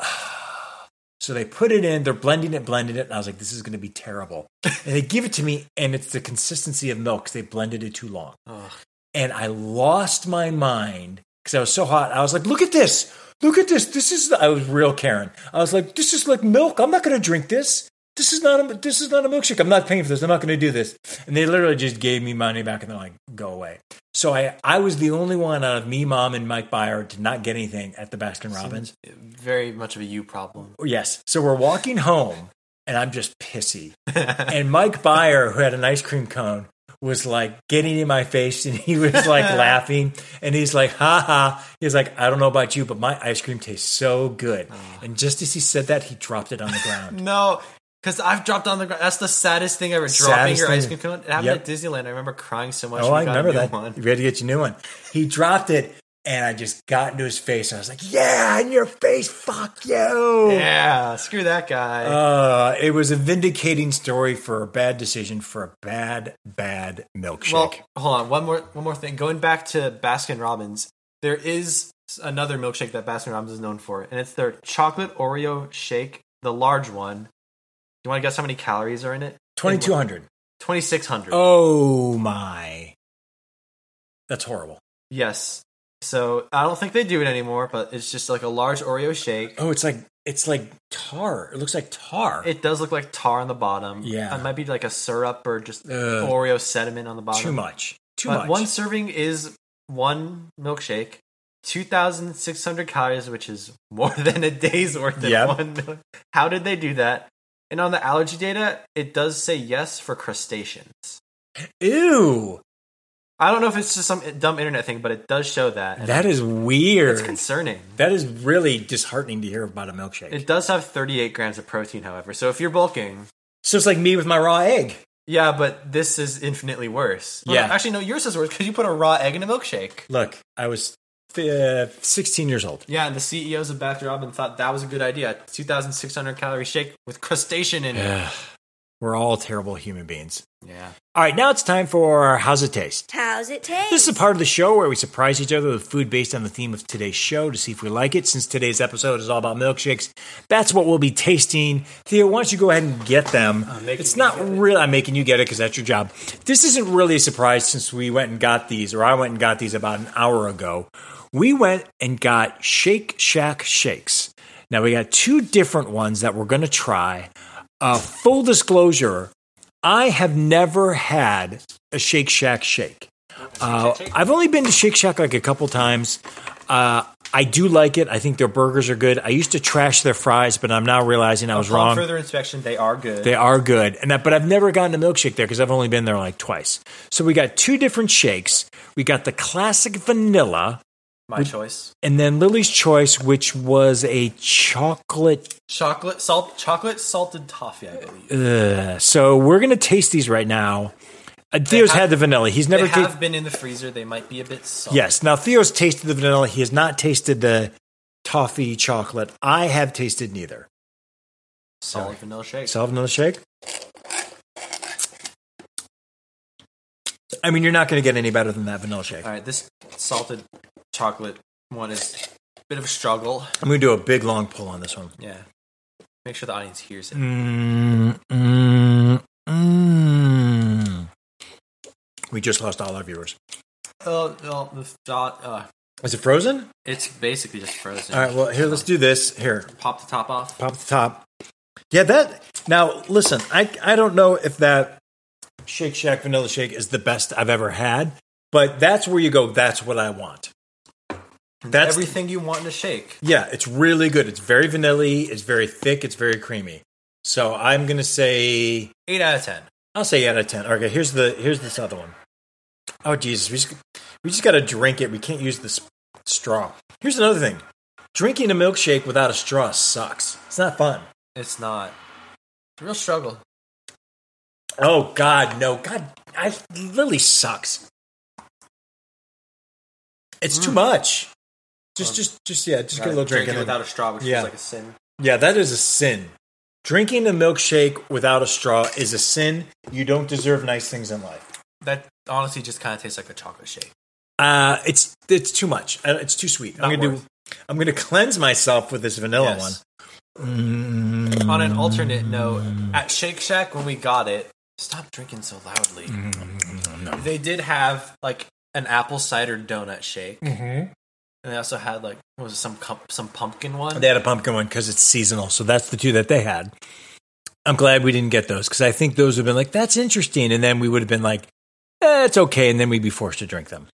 Speaker 1: ah. so they put it in. They're blending it, blending it. And I was like, this is going to be terrible. And they give it to me, and it's the consistency of milk 'cause they blended it too long.
Speaker 2: Ugh.
Speaker 1: And I lost my mind because I was so hot. I was like, look at this. Look at this. This is, I was real Karen. I was like, this is like milk. I'm not going to drink this. This is not a this is not a milkshake. I'm not paying for this. I'm not going to do this. And they literally just gave me money back, and they're like, "Go away." So I I was the only one out of me, mom, and Mike Byer did not get anything at the Baskin Robbins.
Speaker 2: very much of a you problem.
Speaker 1: Yes. So we're walking home and I'm just pissy.
Speaker 2: <laughs>
Speaker 1: And Mike Byer, who had an ice cream cone, was like getting in my face and he was
Speaker 2: <laughs>
Speaker 1: like laughing. And he's like, ha ha. He's like, I don't know about you, but my ice cream tastes so good.
Speaker 2: Oh.
Speaker 1: And just as he said that, he dropped it on the
Speaker 2: <laughs>
Speaker 1: ground.
Speaker 2: no, because I've dropped on the ground. That's the saddest thing ever. dropping
Speaker 1: Saddest
Speaker 2: your
Speaker 1: thing.
Speaker 2: ice cream cone. It happened
Speaker 1: Yep.
Speaker 2: at Disneyland. I remember crying so much.
Speaker 1: oh,
Speaker 2: we
Speaker 1: I
Speaker 2: got a
Speaker 1: remember
Speaker 2: new
Speaker 1: that.
Speaker 2: one.
Speaker 1: We had to get you a new one. He dropped it and I just got into his face. And I was like, yeah, in your face. Fuck you.
Speaker 2: Yeah, screw that guy.
Speaker 1: Uh, it was a vindicating story for a bad decision for a bad, bad milkshake.
Speaker 2: Well, hold on. One more one more thing. Going back to Baskin Robbins, there is another milkshake that Baskin Robbins is known for, and it's their chocolate Oreo shake, the large one. You want to guess how many calories are in it?
Speaker 1: 2200.
Speaker 2: Twenty six hundred.
Speaker 1: Oh my. That's horrible.
Speaker 2: yes. So I don't think they do it anymore, but it's just like a large Oreo shake.
Speaker 1: Oh, it's like it's like tar. It looks like tar.
Speaker 2: It does look like tar on the bottom.
Speaker 1: Yeah.
Speaker 2: it might be like a syrup or just
Speaker 1: Ugh.
Speaker 2: Oreo sediment on the bottom.
Speaker 1: Too much. Too
Speaker 2: but
Speaker 1: much.
Speaker 2: one serving is one milkshake, 2,600 calories, which is more <laughs> than a day's worth of
Speaker 1: Yep.
Speaker 2: one milk. How did they do that? And on the allergy data, it does say yes for crustaceans.
Speaker 1: Ew.
Speaker 2: I don't know if it's just some dumb internet thing, but it does show that. And
Speaker 1: That is weird.
Speaker 2: it's concerning.
Speaker 1: that is really disheartening to hear about a milkshake.
Speaker 2: It does have 38 grams of protein, however. So if you're bulking,
Speaker 1: so it's like me with my raw egg.
Speaker 2: yeah, but this is infinitely worse.
Speaker 1: Yeah.
Speaker 2: actually, no, yours is worse because you put a raw egg in a milkshake.
Speaker 1: Look, I was uh, 16 years old.
Speaker 2: Yeah, and the CEOs of Bath Robin thought that was a good idea. 2,600 calorie shake with crustacean in it.
Speaker 1: We're all terrible human beings.
Speaker 2: Yeah.
Speaker 1: All right, now it's time for How's It Taste?
Speaker 3: How's it taste?
Speaker 1: This is a part of the show where we surprise each other with food based on the theme of today's show to see if we like it. Since today's episode is all about milkshakes, that's what we'll be tasting. Theo, why don't you go ahead and get them?
Speaker 2: making
Speaker 1: It's
Speaker 2: you
Speaker 1: not
Speaker 2: get it.
Speaker 1: really, I'm making you get it because that's your job. This isn't really a surprise since we went and got these, or I went and got these about an hour ago. We went and got Shake Shack Shakes. Now, we got two different ones that we're going to try. Uh, full disclosure, I have never had a Shake Shack shake. Uh, I've only been to Shake Shack like a couple times. Uh, I do like it. I think their burgers are good. I used to trash their fries, but I'm now realizing I was
Speaker 2: Upon
Speaker 1: wrong.
Speaker 2: further inspection, they are good.
Speaker 1: They are good, and that, but I've never gotten a milkshake there because I've only been there like twice. So we got two different shakes. We got the classic vanilla,
Speaker 2: My choice.
Speaker 1: and then Lily's Choice, which was a chocolate.
Speaker 2: Chocolate salt, chocolate salted toffee. I believe
Speaker 1: Uh, so we're gonna taste these right now. Uh, Theo's
Speaker 2: have-
Speaker 1: had the vanilla. He's
Speaker 2: they
Speaker 1: never. ta-
Speaker 2: have been in the freezer. They might be a bit salty.
Speaker 1: yes. Now Theo's tasted the vanilla. He has not tasted the toffee chocolate. I have tasted neither.
Speaker 2: solid vanilla shake.
Speaker 1: So I'll have another shake. I mean, you're not going to get any better than that vanilla shake.
Speaker 2: All right, this salted chocolate one is a bit of a struggle.
Speaker 1: I'm going to do a big long pull on this one.
Speaker 2: Yeah. Make sure the audience hears it.
Speaker 1: Mm, mm, mm. We just lost all our viewers.
Speaker 2: Oh, no, the thought, uh,
Speaker 1: Is it frozen?
Speaker 2: it's basically just frozen.
Speaker 1: All right. Well, here, let's do this. Here,
Speaker 2: Pop the top off.
Speaker 1: pop the top. Yeah, that. Now, listen, I I don't know if that Shake Shack vanilla shake is the best I've ever had, but that's where you go. That's what I want. That's
Speaker 2: Everything you want to shake.
Speaker 1: yeah. It's really good. It's very vanilla. It's very thick. It's very creamy. So I'm gonna say
Speaker 2: Eight out of ten.
Speaker 1: I'll say out of ten. Okay, here's the here's this other one. Oh Jesus, we just we just gotta drink it. We can't use this straw. Here's another thing: drinking a milkshake without a straw sucks. It's not fun.
Speaker 2: It's not. It's a real struggle.
Speaker 1: Oh God, no, God, I Lily sucks. It's too much. Just, just, just, yeah, just get a little drink.
Speaker 2: Drinking
Speaker 1: in there.
Speaker 2: without a straw, which
Speaker 1: Yeah.
Speaker 2: is like a sin.
Speaker 1: yeah, that is a sin. Drinking a milkshake without a straw is a sin. You don't deserve nice things in life.
Speaker 2: That honestly just kind of tastes like a chocolate shake.
Speaker 1: Uh, it's it's too much. Uh, It's too sweet. I'm
Speaker 2: Not
Speaker 1: gonna
Speaker 2: worth
Speaker 1: do. I'm gonna cleanse myself with this vanilla
Speaker 2: Yes. Mm.
Speaker 1: one.
Speaker 2: On an alternate note, at Shake Shack when we got it, stop drinking so loudly.
Speaker 1: Mm-hmm.
Speaker 2: They did have like an apple cider donut shake,
Speaker 1: Mhm.
Speaker 2: and they also had like what was it some cum- some pumpkin one.
Speaker 1: They had a pumpkin one because it's seasonal, so that's the two that they had. I'm glad we didn't get those because I think those would have been like that's interesting, and then we would have been like, eh, it's okay, and then we'd be forced to drink them.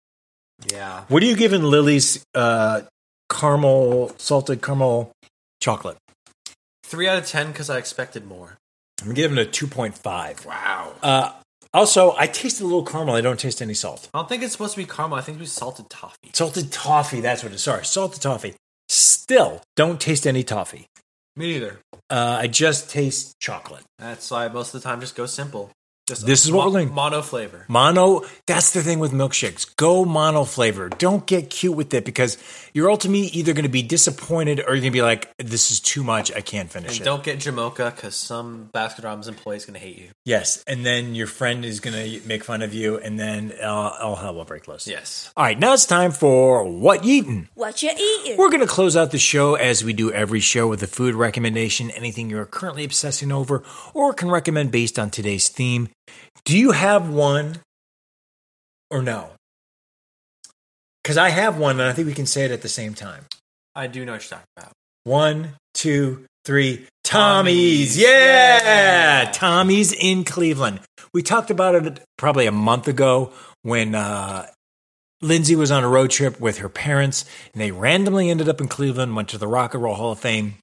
Speaker 2: yeah,
Speaker 1: What are you giving Lily's uh, caramel salted caramel chocolate?
Speaker 2: three out of ten because I expected more.
Speaker 1: I'm giving it a two point five.
Speaker 2: Wow.
Speaker 1: Uh, also, I tasted a little caramel. I don't taste any salt.
Speaker 2: I don't think it's supposed to be caramel. I think it's salted toffee.
Speaker 1: Salted toffee, that's what it is. Sorry, salted toffee. Still don't taste any toffee.
Speaker 2: Me neither.
Speaker 1: Uh, I just taste chocolate.
Speaker 2: That's why most of the time just go simple. Just
Speaker 1: This is what
Speaker 2: mo-
Speaker 1: we're doing.
Speaker 2: mono flavor.
Speaker 1: Mono, that's the thing with milkshakes. Go mono flavor. Don't get cute with it because you're ultimately either going to be disappointed or you're going to be like, this is too much. I can't finish
Speaker 2: And
Speaker 1: it.
Speaker 2: don't get Jamocha because some Basket Robbins employee is going to hate you.
Speaker 1: yes. And then your friend is going to make fun of you and then uh, all hell will break loose.
Speaker 2: Yes.
Speaker 1: All right. Now it's time for What Yeatin'.
Speaker 3: What you eating?
Speaker 1: We're going to close out the show as we do every show with a food recommendation, anything you're currently obsessing over or can recommend based on today's theme. Do you have one or no? Because I have one and I think we can say it at the same time.
Speaker 2: I do know what you're talking about.
Speaker 1: One, two, three. Tommy's.
Speaker 2: Tommy's.
Speaker 1: Yeah.
Speaker 2: Yeah.
Speaker 1: Tommy's in Cleveland. We talked about it probably a month ago when uh, Lindsay was on a road trip with her parents and they randomly ended up in Cleveland, went to the Rock and Roll Hall of Fame.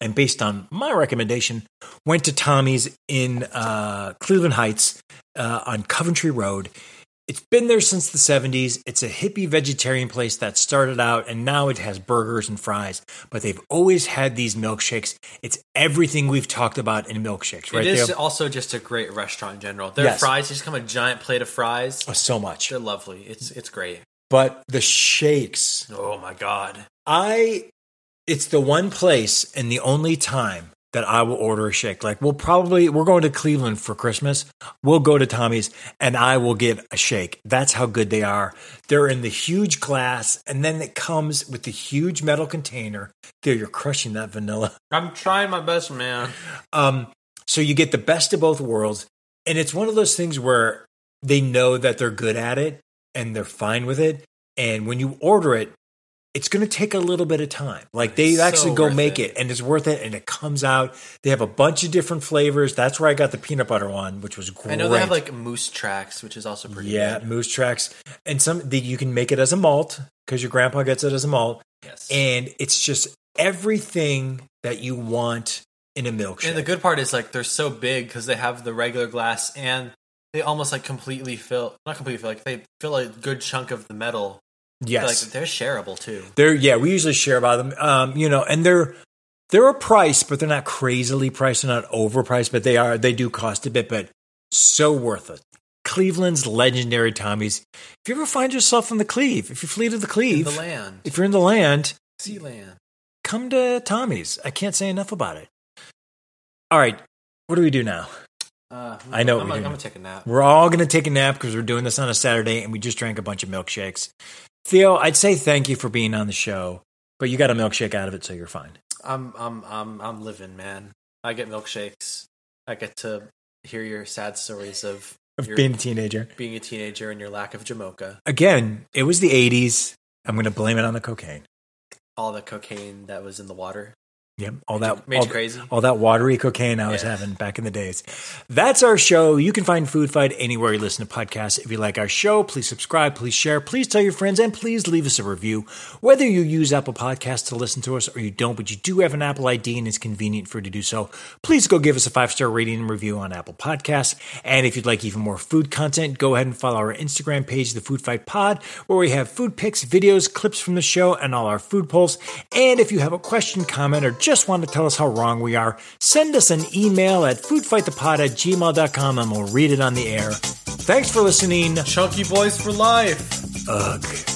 Speaker 1: And based on my recommendation, went to Tommy's in uh, Cleveland Heights uh, on Coventry Road. It's been there since the 70s. It's a hippie vegetarian place that started out and now it has burgers and fries, but they've always had these milkshakes. It's everything we've talked about in milkshakes, right?
Speaker 2: it is
Speaker 1: there.
Speaker 2: also just a great restaurant in general. Their
Speaker 1: Yes.
Speaker 2: fries just come a giant plate of fries.
Speaker 1: so much.
Speaker 2: They're lovely. It's it's great.
Speaker 1: But the shakes,
Speaker 2: Oh my god.
Speaker 1: I it's the one place and the only time that I will order a shake. Like we'll probably we're going to Cleveland for Christmas. We'll go to Tommy's and I will get a shake. That's how good they are. They're in the huge glass and then it comes with the huge metal container. There you're crushing that vanilla.
Speaker 2: I'm trying my best, man.
Speaker 1: Um, so you get the best of both worlds, and it's one of those things where they know that they're good at it and they're fine with it. And when you order it, it's going to take a little bit of time. Like they
Speaker 2: It's
Speaker 1: actually
Speaker 2: so
Speaker 1: go
Speaker 2: worth
Speaker 1: make it.
Speaker 2: it.
Speaker 1: and it's worth it, and it comes out. They have a bunch of different flavors. That's where I got the peanut butter one, which was great.
Speaker 2: I know they have like moose tracks, which is also pretty
Speaker 1: yeah,
Speaker 2: good.
Speaker 1: moose tracks, and some that you can make it as a malt because your grandpa gets it as a malt,
Speaker 2: Yes. And,
Speaker 1: and it's just everything that you want in a milkshake.
Speaker 2: the good part is like they're so big because they have the regular glass and they almost like completely fill not completely fill like they fill a good chunk of the metal.
Speaker 1: yes,
Speaker 2: Like they're shareable too.
Speaker 1: They're yeah, we usually share about them. Um, you know, and they're they're a price, but they're not crazily priced, they're not overpriced, but they are they do cost a bit, but so worth it. Cleveland's legendary Tommies. If you ever find yourself in the Cleve, if you flee to the
Speaker 2: In
Speaker 1: Cleve,
Speaker 2: the land.
Speaker 1: if you're in the land,
Speaker 2: sea land.
Speaker 1: come to Tommy's. I can't say enough about it. All right, what do we do now?
Speaker 2: Uh, I'm
Speaker 1: I know what
Speaker 2: I'm,
Speaker 1: we
Speaker 2: gonna-
Speaker 1: do.
Speaker 2: I'm gonna take a nap.
Speaker 1: We're all going to take a nap because we're doing this on a Saturday and we just drank a bunch of milkshakes. Theo, I'd say thank you for being on the show, but you got a milkshake out of it, so you're fine.
Speaker 2: I'm I'm I'm I'm living, man. I get milkshakes. I get to hear your sad stories of
Speaker 1: Of
Speaker 2: your,
Speaker 1: being a teenager.
Speaker 2: being a teenager and your lack of Jamocha.
Speaker 1: Again, it was the 80s. I'm going to blame it on the cocaine.
Speaker 2: All the cocaine that was in the water
Speaker 1: Yep. All that
Speaker 2: made
Speaker 1: all,
Speaker 2: you crazy.
Speaker 1: all that watery cocaine I was
Speaker 2: Yeah.
Speaker 1: having back in the days. That's our show. You can find Food Fight anywhere you listen to podcasts. If you like our show, please subscribe, please share, please tell your friends, and please leave us a review. Whether you use Apple Podcasts to listen to us or you don't, but you do have an Apple ID and it's convenient for you to do so, please go give us a five star rating and review on Apple Podcasts. And if you'd like even more food content, go ahead and follow our Instagram page, The Food Fight Pod, where we have food picks, videos, clips from the show, and all our food polls. And if you have a question, comment, or just want to tell us how wrong we are, send us an email at foodfightthepod at gmail.com and we'll read it on the air. Thanks for listening.
Speaker 2: Chunky boys for life.
Speaker 1: Ugh.